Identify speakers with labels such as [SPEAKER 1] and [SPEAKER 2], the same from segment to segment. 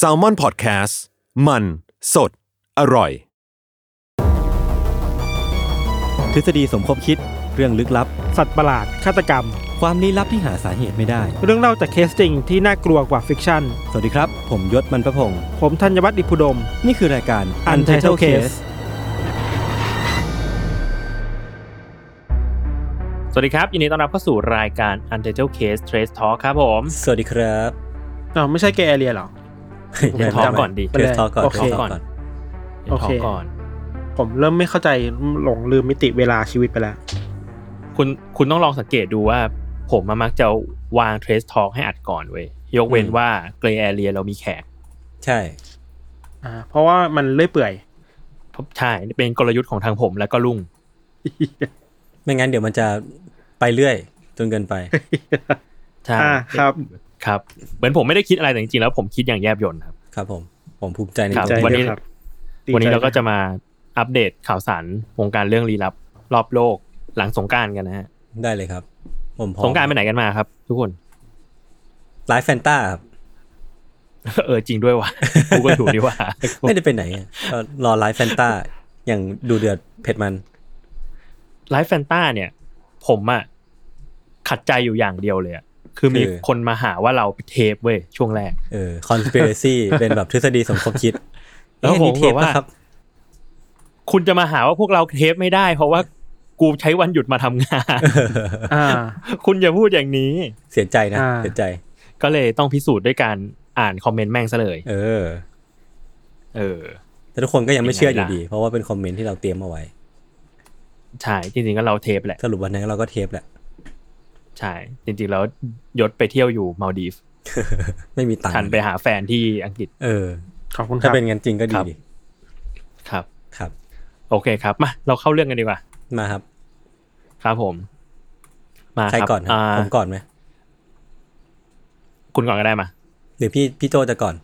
[SPEAKER 1] s a l m o n PODCAST มัน สด อร่อย
[SPEAKER 2] ทฤษฎีสมคบคิดเรื่องลึกลับ
[SPEAKER 3] สัตว์ประหลาด ฆาตกรรม
[SPEAKER 2] ความลี้ลับที่หาสาเหตุไม่ได้
[SPEAKER 3] เรื่องเล่าจากเคสจริงที่น่ากลัวกว่าฟิกชั่น
[SPEAKER 2] สวัสดีครับ ผมยศมันประพงศ์
[SPEAKER 3] ผมธัญวัฒน์อิพุดม
[SPEAKER 2] นี่คือรายการ
[SPEAKER 3] Untitled Case
[SPEAKER 4] สวัสดีครับ ยินดีต้อนรับเข้าสู่รายการ Untitled Case Trace Talk ครับผม
[SPEAKER 2] สวัสดีครับ
[SPEAKER 3] อ๋อไม่ใช่แกเอเรียหรอ
[SPEAKER 4] เดี๋ยวทอก่อนดี
[SPEAKER 2] เทสทอก่อน
[SPEAKER 3] โอ
[SPEAKER 2] เท
[SPEAKER 3] เค
[SPEAKER 2] สทอก่อน
[SPEAKER 4] เดี๋ยวทอก่อน
[SPEAKER 3] ผมเริ่มไม่เข้าใจหลงลืมมิติเวลาชีวิตไปแล้ว
[SPEAKER 4] คุณคุณต้องลองสังเกตดูว่า ผมมามักจะวาง Trace Talk ให้อัดก่อนเว้ย ยกเว้น
[SPEAKER 2] อืม
[SPEAKER 4] ว่า Gray Area เรามีแขก
[SPEAKER 2] ใช่
[SPEAKER 3] อ่า เพราะว่ามันเลื่อยเปื่อย
[SPEAKER 4] ใช่ เป็นกลยุทธ์ของทางผมแล้วก็ลุง
[SPEAKER 2] ไม่งั้นเดี๋ยวมันจะไปเรื่อย จนเกิ นไป
[SPEAKER 4] ใช่
[SPEAKER 3] อ่าครับ
[SPEAKER 4] ครับ เหมือนผมไม่ได้คิดอะไรแต่จริงๆแล้วผมคิดอย่างแยบยลครับ
[SPEAKER 2] ครับผม ผมภูมิใจใน
[SPEAKER 4] ครับ
[SPEAKER 2] ตัวเอ
[SPEAKER 3] ใจ
[SPEAKER 2] ง
[SPEAKER 4] วัน
[SPEAKER 3] ด้
[SPEAKER 4] นี้
[SPEAKER 3] วยครับ
[SPEAKER 4] วันนี้
[SPEAKER 3] ดีใจ
[SPEAKER 4] เราก็จะมาอัปเดตข่าวสารวงการเรื่องลี้ลับ รอบโลกหลังสงกรารกันนะฮะ
[SPEAKER 2] ได้เลยครับ ผมพร้อม
[SPEAKER 4] สงกรารไปไหนกันมาครับ ทุกคน
[SPEAKER 2] ไลฟ์แฟนต้าครับ
[SPEAKER 4] เออจริง ด้วยว่ะกูก็ถูกดีว่า
[SPEAKER 2] ไม่ได้ไปไหนอะก็รอไลฟ์แฟนต้าอย่างดูเดือดเผ็ดมัน
[SPEAKER 4] ไลฟ์แฟนต้าเนี่ย ผมอะขัดใจอยู่อย่างเดียวเลยอะคือมี
[SPEAKER 2] คือ
[SPEAKER 4] คนมาหาว่าเราเทปเว้ยช่วงแรก
[SPEAKER 2] เออคอน spiracy เป็นแบบทฤษฎีสมคบคิด
[SPEAKER 4] แล้ว
[SPEAKER 2] เอ๊ะ
[SPEAKER 4] ผม
[SPEAKER 2] นี่เทป
[SPEAKER 4] บอกว่า
[SPEAKER 2] ปะครับ
[SPEAKER 4] คุณจะมาหาว่าพวกเราเทปไม่ได้ เพราะว่ากูใช้วันหยุดมาทำงาน
[SPEAKER 3] อ่า
[SPEAKER 4] คุณอย่าพูดอย่างนี้
[SPEAKER 2] เสียใจนะ
[SPEAKER 3] อ่า
[SPEAKER 2] เสียใจ
[SPEAKER 4] ก็เลยต้องพิสูจน์ด้วยการอ่านคอมเมนต์แม่งซะเลย
[SPEAKER 2] เออ
[SPEAKER 4] เออ
[SPEAKER 2] แต่ทุกคนก็ยังไม่เชื่ออ
[SPEAKER 4] ยั
[SPEAKER 2] ยู่
[SPEAKER 4] งไงล่ะ
[SPEAKER 2] ดี เพราะว่าเป็นคอมเมนต์ที่เราเตรียมเอาไว้
[SPEAKER 4] ใช่จริงๆก็เราเทปแหละ
[SPEAKER 2] สรุปวันนั้นเราก็เทปแหละ
[SPEAKER 4] ใช่จริงๆแล้วยศไปเที่ยวอยู่มาลดีฟส์
[SPEAKER 2] ไม่มีตัง
[SPEAKER 4] ทัน
[SPEAKER 2] ค์
[SPEAKER 4] ไปหาแฟนที่อังกฤษ
[SPEAKER 2] เออ
[SPEAKER 3] ขอบคุณค
[SPEAKER 2] ถ้า
[SPEAKER 3] รับ
[SPEAKER 2] เป็นงั้นจริงก็ดี
[SPEAKER 4] ครับ
[SPEAKER 2] ดิ
[SPEAKER 4] ครับ
[SPEAKER 2] ครับ
[SPEAKER 4] โอเคครับมาเราเข้าเรื่องกันดีกว่า
[SPEAKER 2] มาครับ
[SPEAKER 4] ครับผม มา
[SPEAKER 2] ใคร
[SPEAKER 4] ครับ
[SPEAKER 2] ก่อนครับ
[SPEAKER 4] อ่า
[SPEAKER 2] ผมก่อนไหม
[SPEAKER 4] คุณก่อนก็ได้มา
[SPEAKER 2] หรือพี่พี่โจจะก่อน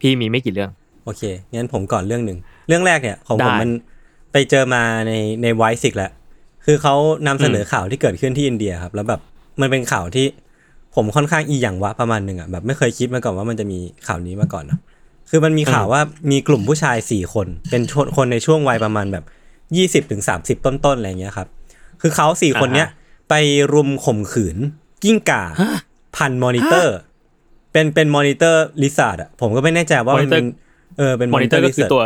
[SPEAKER 4] พี่มีไม่กี่เรื่อง
[SPEAKER 2] โอเค งั้นผมก่อนเรื่องหนึ่ง เรื่องแรกเนี่ย ของผม
[SPEAKER 4] ได้
[SPEAKER 2] มันไปเจอมาในในไวซิกแหละ คือเขานำเสนออข่าวที่เกิดขึ้นที่อินเดียครับ แล้วแบบมันเป็นข่าวที่ผมค่อนข้างอีหยังวะประมาณหนึ่งอ่ะ แบบไม่เคยคิดมาก่อนว่ามันจะมีข่าวนี้มาก่อนเนาะ คือมันมีข่าวว่ามีกลุ่มผู้ชายสี่คน เป็นชนคนในช่วงวัยประมาณแบบยี่สิบถึงสามสิบต้นๆอะไรอย่างเงี้ยครับ คือเขาสี่คนเนี้ย
[SPEAKER 4] อ่าฮ
[SPEAKER 2] ไปรุมข่มขืน กิ้งก่า พันมอนิเตอร์ เป็นเป็นมอนิเตอร์ลิซาร์ดอะผมก็ไม่แน่ใจว่ามันเป็น เออเป็น
[SPEAKER 4] มอนิเตอ
[SPEAKER 2] monitor
[SPEAKER 4] ร์ก็คือ
[SPEAKER 2] research
[SPEAKER 4] ตัว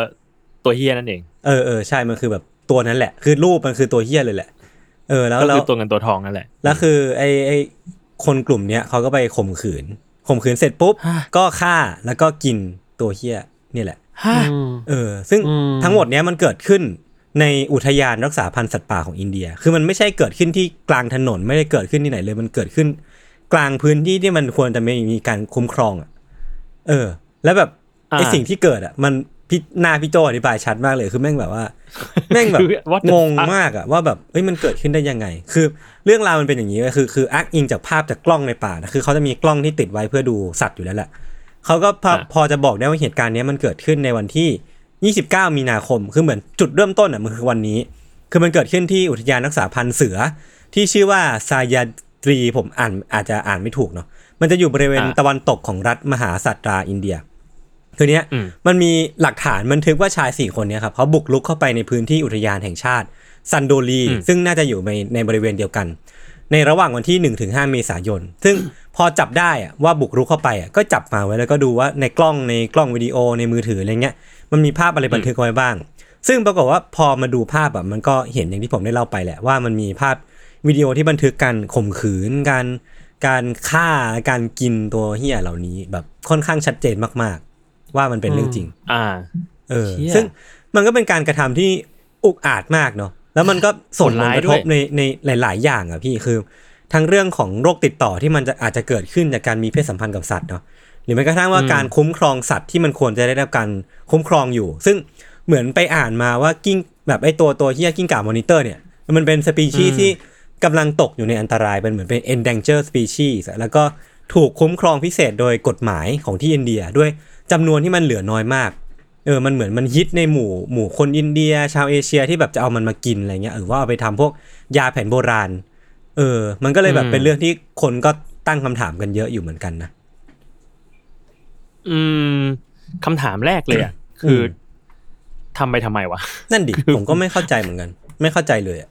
[SPEAKER 4] ตัวเฮียนั่นเอง
[SPEAKER 2] เออเออใช่มันคือแบบตัวนั้นแหละ คือรูปมันคือตัวเฮี้ยเลยแหละ เออแล้ว
[SPEAKER 4] ก็
[SPEAKER 2] แล้
[SPEAKER 4] คื
[SPEAKER 2] ว
[SPEAKER 4] อตัวเงินตัวทองนั่นแหละ
[SPEAKER 2] แล้วคือไอไอคนกลุ่มเนี้ยเขาก็ไปข่มขืนข่มขืนเสร็จปุ๊บ
[SPEAKER 4] ฮะ
[SPEAKER 2] ก็ฆ่าแล้วก็กินตัวเฮี้ยนี่แหละ
[SPEAKER 3] อืม
[SPEAKER 2] เออซึ่ง
[SPEAKER 3] อืม
[SPEAKER 2] ทั้งหมดเนี้ยมันเกิดขึ้นในอุทยานรักษาพันธุ์สัตว์ป่าของอินเดีย คือมันไม่ใช่เกิดขึ้นที่กลางถนนไม่ได้เกิดขึ้นที่ไหนเลย มันเกิดขึ้น กลางพื้นที่ที่มันควรจะมีมีการคุ้มครองอ่ะ เออ แล้วแบบ
[SPEAKER 4] อ่า
[SPEAKER 2] ไอสิ่งที่เกิดอ่ะ มันพี่หน้าพี่โจอธิบายชัดมากเลยคือแม่งแบบว่า แม่งแบบ
[SPEAKER 4] คือ what the
[SPEAKER 2] งง
[SPEAKER 4] fuck
[SPEAKER 2] มากอ่ะว่าแบบเอ้ยมันเกิดขึ้นได้ยังไง คือเรื่องราวมันเป็นอย่างนี้เว้ยคือคืออ้างอิงจากภาพจากกล้องในป่านะคือเขาจะมีกล้องที่ติดไว้เพื่อดูสัตว์อยู่แล้วแหละ เขาก็พอ
[SPEAKER 4] อ่ะ
[SPEAKER 2] พอจะบอกได้ว่าเหตุการณ์เนี้ยมันเกิดขึ้นในวันที่ 29 มีนาคม คือเหมือนจุดเริ่มต้นอ่ะมันคือวันนี้ คือมันเกิดขึ้นที่อุทยานรักษาพันธุ์เสือ ที่ชื่อว่าซายาตรีผมอ่านอาจจะอ่านไม่ถูกเนาะ มันจะอยู่บริเวณ
[SPEAKER 4] อ่ะ
[SPEAKER 2] ตะวันตกของรัฐมหาสัตราอินเดีย คือเนี้ย
[SPEAKER 4] อืม
[SPEAKER 2] มันมีหลักฐานบันทึกว่าชายสี่คนเนี้ยครับเขาบุกลุกเข้าไปในพื้นที่อุทยานแห่งชาติซันโดลี ซึ่งน่าจะอยู่ในในบริเวณเดียวกัน ในระหว่างวันที่1นถึงหเมษายน ซึ่ง พอจับได้อะว่าบุกรุกเข้าไปอะก็จับมาไว้แล้วก็ดูว่าในกล้องในกล้องวิดีโอในมือถืออะไรเงี้ยมันมีภาพอะไรบันทึกเอาไว้บ้าง ซึ่งปรากฏว่าพอมาดูภาพแบบมันก็เห็นอย่างที่ผมได้เล่าไปแหละว่ามันมีภาพวิดีโอที่บันทึกการข่มขืนการการฆ่าการกินตัวเหี้ยเหล่านี้ แบบค่อนข้างชัดเจนมากๆ ว่ามันเป็นเรื่องจริง
[SPEAKER 4] อ่า
[SPEAKER 2] เออ
[SPEAKER 4] เชี่ย
[SPEAKER 2] ซึ่งมันก็เป็นการกระทำที่อุกอาจมากเนาะแล้วมันก็ส่งผ
[SPEAKER 4] โหด
[SPEAKER 2] ล
[SPEAKER 4] ร้าย
[SPEAKER 2] กระ
[SPEAKER 4] ด้
[SPEAKER 2] ท
[SPEAKER 4] ว
[SPEAKER 2] บ
[SPEAKER 4] ย
[SPEAKER 2] ในในหลาย ๆ อย่างอะพี่คือ ทั้งเรื่องของโรคติดต่อที่มันจะอาจจะเกิดขึ้นจากการมีเพศสัมพันธ์กับสัตว์เนาะหรือแม้กระทั่งว่า
[SPEAKER 4] อืม
[SPEAKER 2] การคุ้มครองสัตว์ที่มันควรจะได้รับการคุ้มครองอยู่ ซึ่งเหมือนไปอ่านมาว่ากิ้งแบบไอ้ตัวตัวเฮียกิ้งก่ามอนิเตอร์เนี่ยมันเป็นสปีชีส์ที่กำลังตกอยู่ในอันตรายเป็นเหมือนเป็น endangered species อะแล้วก็ถูกคุ้มครองพิเศษโดยกฎหมายของที่อินเดียด้วยจำนวนที่มันเหลือน้อยมาก เออ มันเหมือนมันฮิตในหมู่หมู่คนอินเดีย ชาวเอเชียที่แบบจะเอามันมากินอะไรเงี้ยหรือว่าเอาไปทำพวกยาแผนโบราณ เออ มันก็เลยแบบ
[SPEAKER 4] อืม
[SPEAKER 2] เป็นเรื่องที่คนก็ตั้งคำถามกันเยอะอยู่เหมือนกันนะ
[SPEAKER 4] อืมคำถามแรกเลยอ่ะ คืออ
[SPEAKER 2] ม
[SPEAKER 4] ทำไปทำไมวะ
[SPEAKER 2] นั่นดิ ผมก็ไม่เข้าใจเหมือนกัน ไม่เข้าใจเลยอะ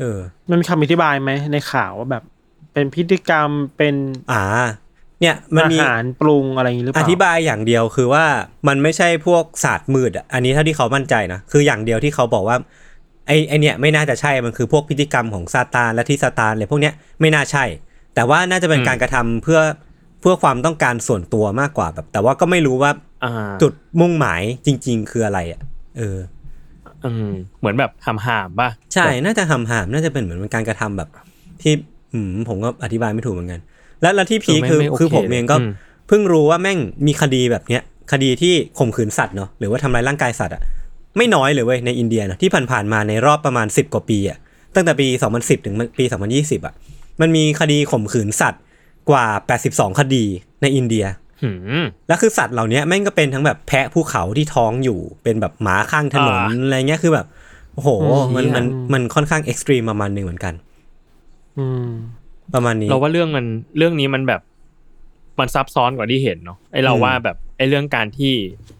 [SPEAKER 2] เออ
[SPEAKER 3] มันมีคำอธิบายไหมในข่าวว่าแบบ เป็นพฤติกรรมเป็น
[SPEAKER 2] อ่า เนี่ยมัน
[SPEAKER 3] อา
[SPEAKER 2] มี
[SPEAKER 3] หารปรุงอะไรอย่างนี้หรือเป
[SPEAKER 2] อ
[SPEAKER 3] ล่า
[SPEAKER 2] ธิบายอย่างเดียวคือว่ามันไม่ใช่พวกศาสตร์มืดอะอันนี้เท่าที่เขามั่นใจนะคืออย่างเดียวที่เขาบอกว่าไอ้ไอเนี่ยไม่น่าจะใช่มันคือพวกพฤติกรรมของซาตานและที่ซาตานอะไรพวกเนี้ยไม่น่าใช่ แต่ว่าน่าจะเป็น
[SPEAKER 4] อืม
[SPEAKER 2] การกระทำเพื่อเพื่อความต้องการส่วนตัวมากกว่าแบบ แต่ว่าก็ไม่รู้ว่า
[SPEAKER 4] อ่า
[SPEAKER 2] จุดมุ่งหมายจริง ๆ คืออะไรอะเออ
[SPEAKER 4] อืมเหมือนแบบหามหามๆป่ะ
[SPEAKER 2] ใช่
[SPEAKER 4] แบบ
[SPEAKER 2] น่าจะหำหามน่าจะเป็นเหมือนเป็นการกระทำแบบ ที่อืมผมก็อธิบายไม่ถูกเหมือนกัน แล้วแล้วที่พีคคือ
[SPEAKER 4] ไม่ไโ
[SPEAKER 2] คือผมเองก็
[SPEAKER 4] ม
[SPEAKER 2] เพิ่งรู้ว่าแม่งมีคดีแบบเนี้ย คดีที่ข่มขืนสัตว์เนาะหรือว่าทำร้ายร่างกายสัตว์อะไม่น้อยเลยเว้ยในอินเดียนะที่ผ่านๆมาในรอบประมาณ 10 กว่าปีอะตั้งแต่ปี 2010 ถึงปี 2020อะมันมีคดีข่มขืนสัตว์กว่า 82 คดีในอินเดีย
[SPEAKER 4] หืม
[SPEAKER 2] แล้วคือสัตว์เหล่าเนี้ยแม่งก็เป็นทั้งแบบแพะภูเขาที่ท้องอยู่เป็นแบบหมาข้างถนน
[SPEAKER 4] อ่า
[SPEAKER 2] อะไรเงี้ยคือแบบโอ้โหมัน
[SPEAKER 4] เหี้ย
[SPEAKER 2] มันมันค่อนข้างเอ็กซ์ตรีมประมาณหนึ่งเหมือนกัน
[SPEAKER 3] อืม
[SPEAKER 2] ประมาณนี้
[SPEAKER 4] เราว่าเรื่องมันเรื่องนี้มันแบบมันซับซ้อนกว่าที่เห็นเนาะไอเรา
[SPEAKER 2] อืม
[SPEAKER 4] ว่าแบบไอเรื่องการที่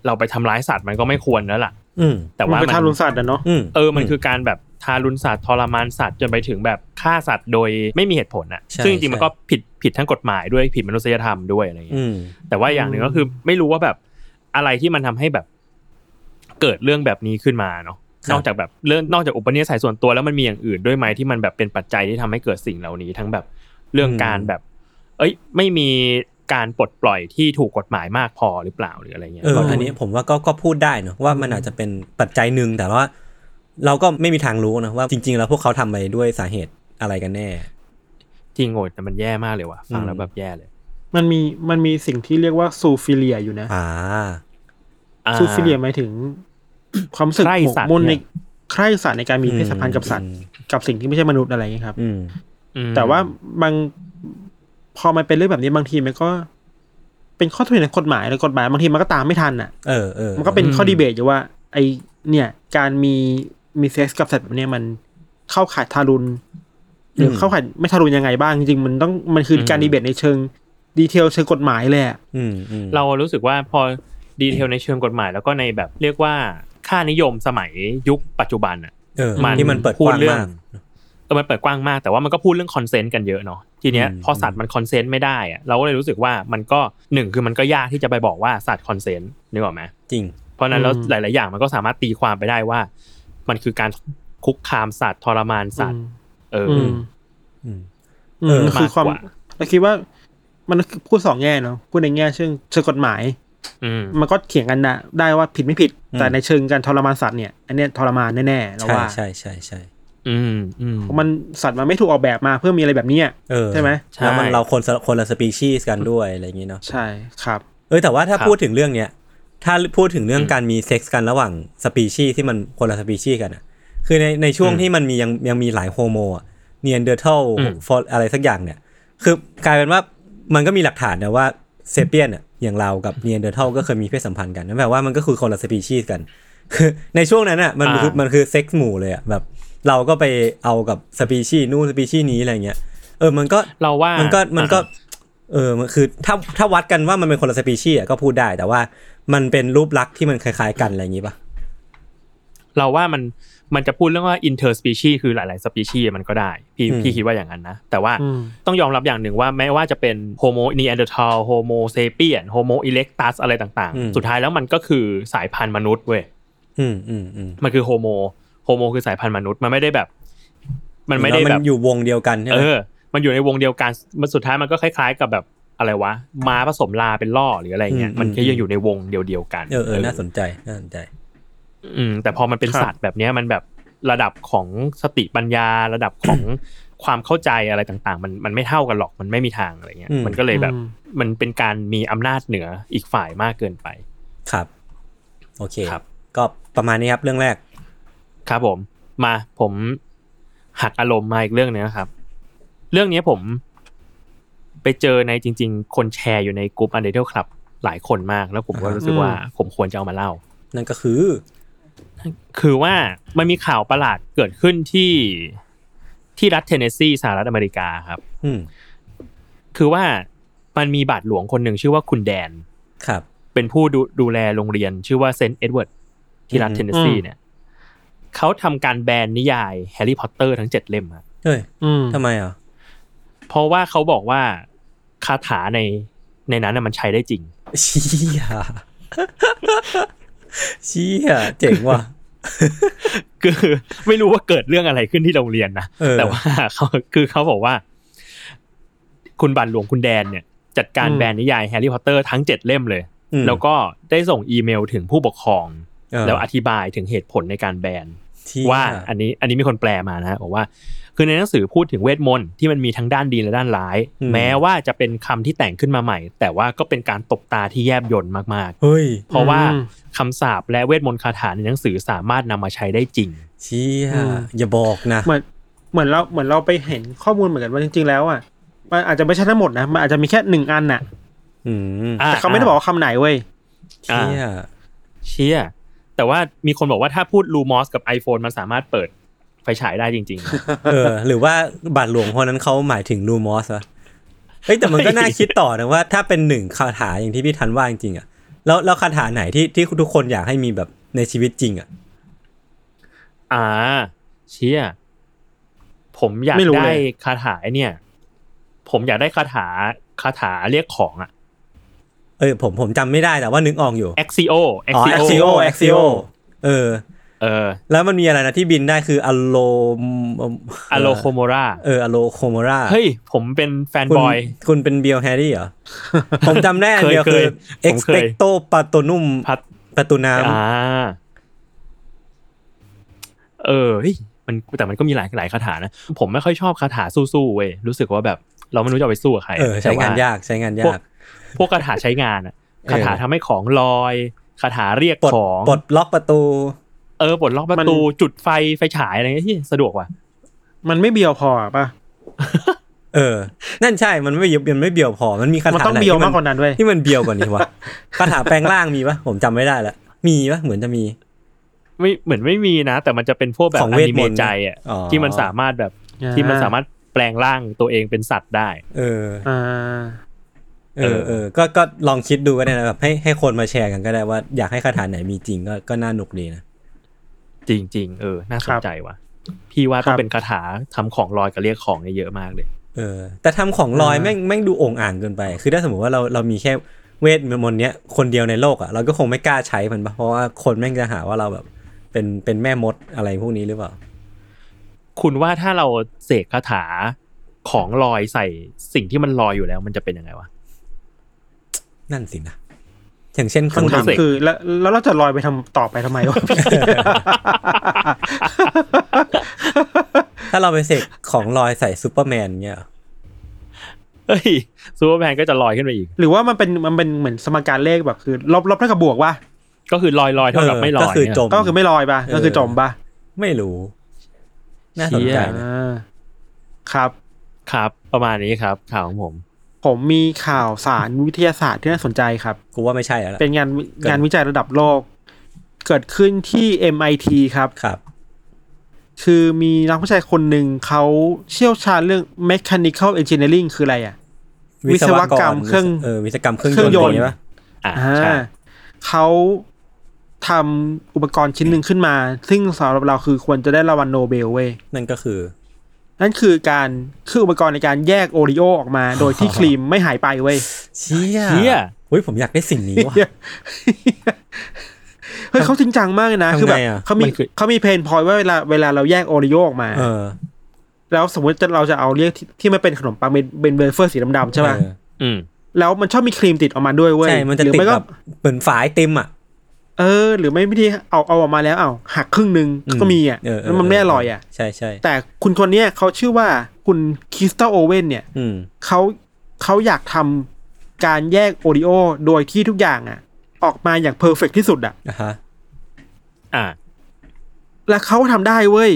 [SPEAKER 4] เราไปทำร้ายสัตว์มันก็ไม่ควรแล้วล่ะ
[SPEAKER 2] อืม
[SPEAKER 4] แต่ว่า
[SPEAKER 3] มันเป็นทารุณสัตว์อะเนาะ
[SPEAKER 2] อืม
[SPEAKER 4] เออมันคือการแบบทารุณสัตว์ทรมานสัตว์จนไปถึงแบบฆ่าสัตว์โดยไม่มีเหตุผลอะ
[SPEAKER 2] ใช่
[SPEAKER 4] ซึ่งจริงๆมันก็ผิดผิดทั้งกฎหมายด้วยผิดมนุษยธรรมด้วยอะไรอย่างเงี้ย
[SPEAKER 2] อืม
[SPEAKER 4] แต่ว่าอย่างหนึ่งก็คือไม่รู้ว่าแบบอะไรที่มันทำให้แบบเกิดเรื่องแบบนี้ขึ้นมาเนาะ
[SPEAKER 2] ครับ
[SPEAKER 4] นอกจากแบบเรื่องนอกจากอุปนิสัยส่วนตัวแล้วมันมีอย่างอื่นด้วยไหมที่มันแบบเป็นปัจจัยที่ทำให้เกิดสิ่งเหล่านี้ ทั้งแบบเรื่องการแบบ เอ้ย ไม่มีการปลดปล่อยที่ถูกกฎหมายมากพอหรือเปล่าหรืออะไรเงี้ย
[SPEAKER 2] เอออันนี้ผมว่าก็ก็พูดได้เนอะว่ามันอาจจะเป็นปัจจัยหนึ่งแต่ว่า เราก็ไม่มีทางรู้นะว่าจริง ๆ แล้วพวกเขาทำไปด้วยสาเหตุอะไรกันแน่
[SPEAKER 4] จริงโง่แต่มันแย่มากเลยว่ะฟังแล้
[SPEAKER 2] อื
[SPEAKER 4] ว
[SPEAKER 2] ม
[SPEAKER 4] แบบแย่เลย
[SPEAKER 3] มันมีมันมีสิ่งที่เรียกว่าซูฟิเลียอยู่นะ
[SPEAKER 2] อ่า
[SPEAKER 4] อ่า
[SPEAKER 3] ซูฟิเลียหมายถึง ความรู้สึก
[SPEAKER 4] ใคร่
[SPEAKER 3] หมก
[SPEAKER 4] สัตว์
[SPEAKER 3] มุ่นใน
[SPEAKER 4] เนี่ย
[SPEAKER 3] ใคร่สัตว์ในการมี
[SPEAKER 2] อืม
[SPEAKER 3] เพศสัมพันธ์กับสัตว์
[SPEAKER 2] อืม
[SPEAKER 3] กับสิ่งที่ไม่ใช่มนุษย์อะไรอย่างเงี้ยครับ
[SPEAKER 2] อืม
[SPEAKER 4] อืม
[SPEAKER 3] แต่ว่าบางพอมันเป็นเรื่องแบบนี้บางทีมันก็ เป็นข้อถกเถียงในกฎหมายแล้วกฎหมายบางทีมันก็ตามไม่ทันอ่ะ
[SPEAKER 2] เออเออ
[SPEAKER 3] มันก็เป็นข้อดีเบตอยู่ว่า ไอเนี่ย การมีมีเซ็กส์กับสัตว์แบบเนี้ยมันเข้าข่ายทารุณหรือเข้าข่ายไม่ทารุณยังไงบ้างจริงๆมันต้องมันคือการดีเบตในเชิง ดีเทลเชิงกฎหมายเลยอะ
[SPEAKER 2] อืมอืม
[SPEAKER 4] เรารู้สึกว่าพอดีเทลในเชิงกฎหมาย แล้วก็ในแบบเรียกว่าค่านิยมสมัยยุคปัจจุบันอะ
[SPEAKER 2] เออ
[SPEAKER 4] มัน
[SPEAKER 2] ที่มันเปิดก
[SPEAKER 4] พูด
[SPEAKER 2] ว้าง
[SPEAKER 4] เรื่อง
[SPEAKER 2] มาก
[SPEAKER 4] เออมันเปิดกว้างมากแต่ว่ามันก็พูดเรื่องคอนเซนต์กันเยอะเนาะทีเนี้ย
[SPEAKER 2] อืม
[SPEAKER 4] พอสัตว์มันคอนเซนต์ไม่ได้อะเราก็เลยรู้สึกว่ามันก็หนึ่งคือมันก็ยากที่จะไปบอกว่าสัตว์คอนเซนต์นึกออกไหม
[SPEAKER 2] จริง
[SPEAKER 4] เพราะฉะนั้นแล้ว
[SPEAKER 3] อืม
[SPEAKER 4] หลาย ๆ อย่างมันก็สามารถตีความไปได้ว่า มันคือการคุกคามสัตว์ทรมานสัตว์เอออ
[SPEAKER 3] อืม
[SPEAKER 2] อืม
[SPEAKER 3] อื
[SPEAKER 2] เอ
[SPEAKER 3] ม
[SPEAKER 2] อ
[SPEAKER 3] มันคือความ
[SPEAKER 4] มากกว่า
[SPEAKER 3] เราคิดว่า มันคือพูดสองแง่เนาะพูดในแง่เชิงเชิงกฎหมาย
[SPEAKER 4] อืม
[SPEAKER 3] มันก็เถียงกันนะได้ว่าผิดไม่ผิด
[SPEAKER 2] อืม
[SPEAKER 3] แต่ในเชิงการทรมานสัตว์เนี่ย อันเนี้ยทรมานแน่ๆเรา
[SPEAKER 2] ใช่
[SPEAKER 3] ว่า
[SPEAKER 2] ใช่ใช่ใช่
[SPEAKER 4] อืมอืม
[SPEAKER 3] เพราะมันสัตว์มันไม่ถูกออกแบบมาเพื่อมีอะไรแบบเนี้ย
[SPEAKER 2] เออ
[SPEAKER 3] ใช่ไหม
[SPEAKER 4] ใช่
[SPEAKER 2] แล้วมันเราคนละคนละสปีชีส์กันด้วยอะไรอย่างงี้เนาะ
[SPEAKER 3] ใช่ครับ
[SPEAKER 2] เออแต่ว่าถ้า
[SPEAKER 4] ครับ
[SPEAKER 2] พูดถึงเรื่องเนี้ยถ้าพูดถึงเรื่อง
[SPEAKER 4] อืม
[SPEAKER 2] การมีเซ็กซ์กันระหว่างสปีชีส์ที่มันคนละสปีชีส์กันอะคือในในช่วง
[SPEAKER 4] อืม
[SPEAKER 2] ที่มันมียังยังมีหลายโฮโมอะเนียนเดอร์เทล
[SPEAKER 4] อืม
[SPEAKER 2] ฟออะไรสักอย่างเนี่ย คือกลายเป็นว่ามันก็มีหลักฐานนะว่าเซเปียนอ่ะอย่างเรากับเนียนเดอร์ทัลก็เคยมีเพศสัมพันธ์กันนั่นแปลว่ามันก็คือคนละสปีชีส์กันคือในช่วงนั้นอ่ะมัน
[SPEAKER 4] อ่า
[SPEAKER 2] คือมันคือเซ็กซ์หมู่เลยอ่ะแบบ เราก็ไปเอากับสปีชีส์นู่นสปีชีส์นี้อะไรเงี้ยเออมันก็
[SPEAKER 4] เราว่ามั
[SPEAKER 2] นก็มันก็เออมันคือถ้าถ้าวัดกันว่ามันเป็นคนละสปีชีส์อ่ะก็พูดได้แต่ว่ามันเป็นรูปลักษณ์ที่มันคล้ายๆกันอะไรอย่างงี้ป่ะ
[SPEAKER 4] เราว่ามันมันจะพูดเรื่องว่า interspecies คือหลาย ๆ species มันก็ได้ พี่
[SPEAKER 2] อืม
[SPEAKER 4] พี่คิดว่าอย่างนั้นนะ แต่ว่า
[SPEAKER 3] อืม
[SPEAKER 4] ต้องยอมรับอย่างหนึ่งว่าแม้ว่าจะเป็น homo neanderthal homo sapien homo erectus อะไรต่าง ๆ สุดท้ายแล้วมันก็คือสายพันธุ์มนุษย์เว้ย
[SPEAKER 2] อืมอืมอืม
[SPEAKER 4] มันคือ homo homo คือสายพันธุ์มนุษย์ มันไม่ได้แบบ มันไม่ได้
[SPEAKER 2] แล้ว
[SPEAKER 4] แบบ
[SPEAKER 2] นอยู่วงเดียวกันใช่ไห
[SPEAKER 4] เอ
[SPEAKER 2] ม
[SPEAKER 4] อ มันอยู่ในวงเดียวกัน มันสุดท้ายมันก็คล้าย ๆ กับแบบอะไรวะ ม้าผสมลาเป็นล่อหรืออะไรเงี้ย มันแค่ยังอยู่ในวงเดียวๆกัน
[SPEAKER 2] เออเออน่าสนใจน่าสนใจ
[SPEAKER 4] อืมแต่พอมันเป็น
[SPEAKER 3] ครับ
[SPEAKER 4] สัตว์แบบเนี้ยมันแบบระดับของสติปัญญาระดับของ ความเข้าใจอะไรต่างๆ มันมันไม่เท่ากันหรอกมันไม่มีทางอะไรเงี้ย
[SPEAKER 2] อืม
[SPEAKER 4] มันก็เลยแบบ
[SPEAKER 3] อืม
[SPEAKER 4] มันเป็นการมีอำนาจเหนืออีกฝ่ายมากเกินไป
[SPEAKER 2] ครับ โอเค
[SPEAKER 4] ครับ
[SPEAKER 2] ก็ประมาณนี้ครับเรื่องแรก
[SPEAKER 4] ครับผมมาผมหักอารมณ์มาอีกเรื่องหนึงนะครับ เรื่องนี้ผมไปเจอในจริง ๆ คนแชร์อยู่ในกลุ่มอันเดอร์คลับหลายคนมาก แล้วผมก็
[SPEAKER 2] อ่าฮะ
[SPEAKER 4] รู้สึกว่าผมควรจะเอามาเล่า
[SPEAKER 2] นั่นก็คือ
[SPEAKER 4] คือว่ามันมีข่าวประหลาดเกิดขึ้นที่ที่รัฐเทนเนสซีสหรัฐอเมริกาครับ
[SPEAKER 2] อืม
[SPEAKER 4] คือว่ามันมีบาทหลวงคนหนึ่งชื่อว่าคุณแดน
[SPEAKER 2] ครับ
[SPEAKER 4] เป็นผู้ดูดูแลโรงเรียนชื่อว่าเซนต์เอ็ดเวิร์ดที่รัฐ
[SPEAKER 2] อืม
[SPEAKER 4] เทนเนสซี
[SPEAKER 3] อืม
[SPEAKER 4] เนี่ยเขาทำการแบนนิยายแฮร์รี่พอตเตอร์ทั้งเจ็ดเล่มครับ
[SPEAKER 2] เฮ้ย
[SPEAKER 3] อืม
[SPEAKER 2] ทำไมอ่ะ
[SPEAKER 4] เพราะว่าเขาบอกว่าคาถาในในนั้นน่ะมันใช้ได้จริง
[SPEAKER 2] เชี้ย เชี้ยเจ๋งว่ะ
[SPEAKER 4] คือ ไม่รู้ว่าเกิดเรื่องอะไรขึ้นที่โรงเรียนนะ
[SPEAKER 2] เออ
[SPEAKER 4] แต่ว่าเขาคือเขาบอกว่า คุณบันหลวงคุณแดนเนี่ย จัดการแบรนด์นิยายแฮร์รี่พอตเตอร์ทั้งเจ็ดเล่มเลย
[SPEAKER 2] อืม
[SPEAKER 4] แล้วก็ได้ส่งอีเมลถึงผู้ปกครอง
[SPEAKER 2] เออ
[SPEAKER 4] แล้วอธิบายถึงเหตุผลในการแบน
[SPEAKER 2] เชี่ย
[SPEAKER 4] ว่าอันนี้อันนี้มีคนแปลมานะฮะบอกว่า คือในหนังสือพูดถึงเวทมนต์ที่มันมีทั้งด้านดีและด้านร้าย แม้ว่าจะเป็นคำที่แต่งขึ้นมาใหม่ แต่ว่าก็เป็นการตบตาที่แยบยลมาก
[SPEAKER 2] เฮ้ย
[SPEAKER 4] ๆ เพราะว่าคำสาปและเวทมนต์คาถาในหนังสือสามารถนำมาใช้ได้จริง
[SPEAKER 2] เชี้ยอย่าบอกนะ
[SPEAKER 3] เหมือนเหมือนเราเหมือนเราไปเห็นข้อมูลเหมือนกันว่าจริง ๆ แล้วอ่ะมันอาจจะไม่ใช่ทั้งหมดนะมันอาจจะมีแค่หนึ่งอันน่ะ
[SPEAKER 2] อืม
[SPEAKER 3] แต่เขาไม่ได้บอกว่าคำไหนเว้ย
[SPEAKER 2] เชี่ย
[SPEAKER 4] เชี่ยแต่ว่ามีคนบอกว่าถ้าพูดลูมอสกับ iPhone มันสามารถเปิดไฟฉายได้จริง
[SPEAKER 2] เออ หรือว่าบาทหลวงคนนั้นเขาหมายถึงลูมอสวะเฮ้ยแต่มันก็น่าคิดต่อนะว่าถ้าเป็นหนึ่งคาถาอย่างที่พี่ทันว่าจริงๆอ่ะแล้วแล้วคาถาไหนที่ที่ทุกคนอยากให้มีแบบในชีวิตจริงอ่ะ
[SPEAKER 4] ๆ อ่า เชี่ยผมอยาก
[SPEAKER 3] ไม่รู้เลย
[SPEAKER 4] ได้คาถาไอ้เนี่ย ผมอยากได้คาถาคาถาเรียกของอะ
[SPEAKER 2] เออผมผมจำไม่ได้แต่ว่านึกออกอยู่
[SPEAKER 4] Axio
[SPEAKER 2] อ๋อ
[SPEAKER 4] Axio
[SPEAKER 2] Axio Axio เออ
[SPEAKER 4] เออ
[SPEAKER 2] แล้วมันมีอะไรนะที่บินได้คืออโล
[SPEAKER 4] อโลโคโมรา
[SPEAKER 2] เอออโลโคโมรา
[SPEAKER 4] เฮ้ย ผมเป็นแฟน
[SPEAKER 2] คุณ
[SPEAKER 4] บอย
[SPEAKER 2] คุณเป็นเบียลแฮร์รี่เหรอ ผมจำได้อันเดียว
[SPEAKER 4] เค
[SPEAKER 2] คื
[SPEAKER 4] ย
[SPEAKER 2] อ
[SPEAKER 4] เคยผมเคย
[SPEAKER 2] expecto patronum
[SPEAKER 4] พัด
[SPEAKER 2] ประตูน้
[SPEAKER 4] อ่า เออเฮ้ยมันแต่มันก็มีหลายหลายคาถานะ ผมไม่ค่อยชอบคาถาสู้ๆเว้ยรู้สึกว่าแบบ เราไม่รู้จะเอาไปสู้กับใคร
[SPEAKER 2] ำเออใช้งาน
[SPEAKER 4] แต่ว่
[SPEAKER 2] ยากใช้งาน
[SPEAKER 4] พวก
[SPEAKER 2] ยาก
[SPEAKER 4] พวกคาถาใช้งานอะคาถาทำให้ของลอย คาถาเรียก
[SPEAKER 2] ปลด
[SPEAKER 4] ของ
[SPEAKER 2] ปลดล็อกประตู
[SPEAKER 4] เออปลดล็อกประตูจุดไฟไฟฉายอะไรเงี้ยที่สะดวกว่ะ
[SPEAKER 3] มันไม่เบียวพอป่ะ
[SPEAKER 2] เออ นั่นใช่มันไม่เบียวมันไม่เบียวพอมันมีคา
[SPEAKER 3] มัน
[SPEAKER 2] ถา
[SPEAKER 3] ต้อง
[SPEAKER 2] ไหน
[SPEAKER 3] เบียว
[SPEAKER 2] ที่
[SPEAKER 3] มากกว่านั้นเว้ย
[SPEAKER 2] ที่มันเบียวกว่านี้วะ คาถาแปลงร่างมีปะผมจำไม่ได้ละมีปะเหมือนจะมี
[SPEAKER 4] ไม่เหมือนไม่มีนะ แต่มันจะเป็นพวกแบบ
[SPEAKER 2] ของ
[SPEAKER 4] อ
[SPEAKER 2] เวท
[SPEAKER 4] นิ
[SPEAKER 2] ม
[SPEAKER 4] เมะ
[SPEAKER 2] นต์
[SPEAKER 4] ใจอะ
[SPEAKER 2] อ๋อ
[SPEAKER 4] ที่มันสามารถแบบที่มันสามารถแปลงร่างตัวเองเป็นสัตว์ได้
[SPEAKER 2] เออ
[SPEAKER 3] อ่า
[SPEAKER 2] เออเออก็ก็ลองคิดดูก็ได้นะแบบให้ให้คนมาแชร์กันก็ได้ว่าอยากให้คาถาไหนมีจริงก็ก็น่าหนุกดีนะ
[SPEAKER 4] จริงจริงๆเออ น่าส
[SPEAKER 3] ครั
[SPEAKER 4] น
[SPEAKER 3] บ
[SPEAKER 4] ใจว่ะ พี่ว่า
[SPEAKER 3] ค
[SPEAKER 4] ต้อ
[SPEAKER 3] รั
[SPEAKER 4] ง
[SPEAKER 3] บ
[SPEAKER 4] เป็นคาถาทำของลอยกับเรียกของเนี่ยเยอะมากเลย
[SPEAKER 2] เออ แต่ทำของลอย
[SPEAKER 3] อ่า
[SPEAKER 2] แม่งแม่งดูโองอ่างเกินไป คือถ้าสมมติว่าเราเรามีแค่เวทมนต์เนี้ยคนเดียวในโลกอ่ะเราก็คงไม่กล้าใช้มันปะเพราะว่าคนแม่งจะหาว่าเราแบบ เป็นเป็นแม่มดอะไรพวกนี้หรือเปล่า
[SPEAKER 4] คุณว่าถ้าเราเสกคาถาของลอยใส่สิ่งที่มันลอยอยู่แล้ว มันจะเป็นยังไงวะ
[SPEAKER 2] นั่นสินะ อย่างเช่นเครื่อง
[SPEAKER 3] คำถาม
[SPEAKER 2] บิน
[SPEAKER 3] คือแล้วแล้วเราจะลอยไปทำต่อไปทำไม วะ
[SPEAKER 2] ถ้าเราไปเสกของลอยใส่ซูเปอร์แมนเงี้ยเหรอ
[SPEAKER 4] เฮ้ยซูเปอร์แมนก็จะลอยขึ้นไปอีก
[SPEAKER 3] หรือว่ามันเป็นมันเป็นเหมือนสมการเลขแบบคือ ลบลบเท่ากับบวกป่ะ
[SPEAKER 4] ก็คือลอยลอยๆเท่ากับไม่ลอย
[SPEAKER 2] ก็คือ
[SPEAKER 4] เนี่ย
[SPEAKER 2] จม
[SPEAKER 3] ก็คือไม่ลอยป่ะ
[SPEAKER 2] เออ
[SPEAKER 3] ก็คือจมป่ะ
[SPEAKER 2] ไม่รู้ น่าสนใจนะ
[SPEAKER 3] อ่าครับ
[SPEAKER 4] ครับ ประมาณนี้ครับ ข่าวของผม
[SPEAKER 3] ผมมีข่าวสารวิทยาศาสตร์ที่น่าสนใจครับ
[SPEAKER 2] กูว่าไม่ใช่แล้วล่ะ
[SPEAKER 3] เป็นงานงานวิจัยระดับโลก เกิดขึ้นที่ MIT ครับ
[SPEAKER 2] ครับ
[SPEAKER 3] คือมีนักวิจัยคนหนึ่งเขาเชี่ยวชาญเรื่อง mechanical engineering คืออะไรอ่ะ วิศวกรรมเครื่อง
[SPEAKER 2] เออวิศวกรรมเครื่อง
[SPEAKER 3] เครื่อง
[SPEAKER 2] ย
[SPEAKER 3] ย
[SPEAKER 2] น
[SPEAKER 3] นต์
[SPEAKER 2] ต์ใช่ปะ
[SPEAKER 4] อ่า
[SPEAKER 3] อ่า
[SPEAKER 4] ใช่
[SPEAKER 3] เขาทำอุปกรณ์ชิ้นหนึ่งขึ้นมา ซึ่งสำหรับเราคือควรจะได้รางวัลโนเบลเว้ย
[SPEAKER 2] นั่นก็คือ
[SPEAKER 3] นั่นคือการคืออุปกรณ์ในการแยกโอริโอออกมา โดยที่ ครีมไม่หายไปเว้ย
[SPEAKER 2] เชี่ย
[SPEAKER 4] เชี่ย
[SPEAKER 2] เฮ้ยผมอยากได้สิ่งนี้ว่ะ
[SPEAKER 3] เฮ้ยเขาจริงจังมากเลยนะ
[SPEAKER 2] ทำไง
[SPEAKER 3] คือแบบ
[SPEAKER 2] อ่ะ
[SPEAKER 3] เขามี
[SPEAKER 4] มันคือ
[SPEAKER 3] เขามีเพนพอยว่าเวลาเวลาเราแยกโอริโอออกมา
[SPEAKER 2] เออ
[SPEAKER 3] แล้วสมมติจะเราจะเอาเรียกที่ที่มันเป็นขนมปังเป็นเป็นเวเฟอร์สีดำๆใช่ป่ะ
[SPEAKER 2] เออ
[SPEAKER 4] อืม
[SPEAKER 3] แล้วมันชอบมีครีมติดออกมาด้วยเว้ย
[SPEAKER 2] ใช่มันจะ
[SPEAKER 3] หรือ
[SPEAKER 2] ติด
[SPEAKER 3] ไม่ก็
[SPEAKER 2] แบบเหมือนฝายติมอ่ะ
[SPEAKER 3] เออ หรือไม่วิธีเอาเอาออกมาแล้วเอาหักครึ่งหนึ่งก็มีอ่ะ
[SPEAKER 2] เเ
[SPEAKER 3] แล้วมันไม่อร่อยอ่ะ
[SPEAKER 2] ใช่ใช่
[SPEAKER 3] แต่คุณคนเนี้ยเขาชื่อว่าคุณคริสตัลโอเว่นเนี่ย
[SPEAKER 2] อืม
[SPEAKER 3] เขาเขาอยากทำการแยกโอริโอโดยที่ทุกอย่างอ่ะ ออกมาอย่างเพอร์เฟกที่สุดอ่ะ
[SPEAKER 2] อ่ะฮะ
[SPEAKER 4] อ่า
[SPEAKER 3] แล้วเขาทำได้เว้ย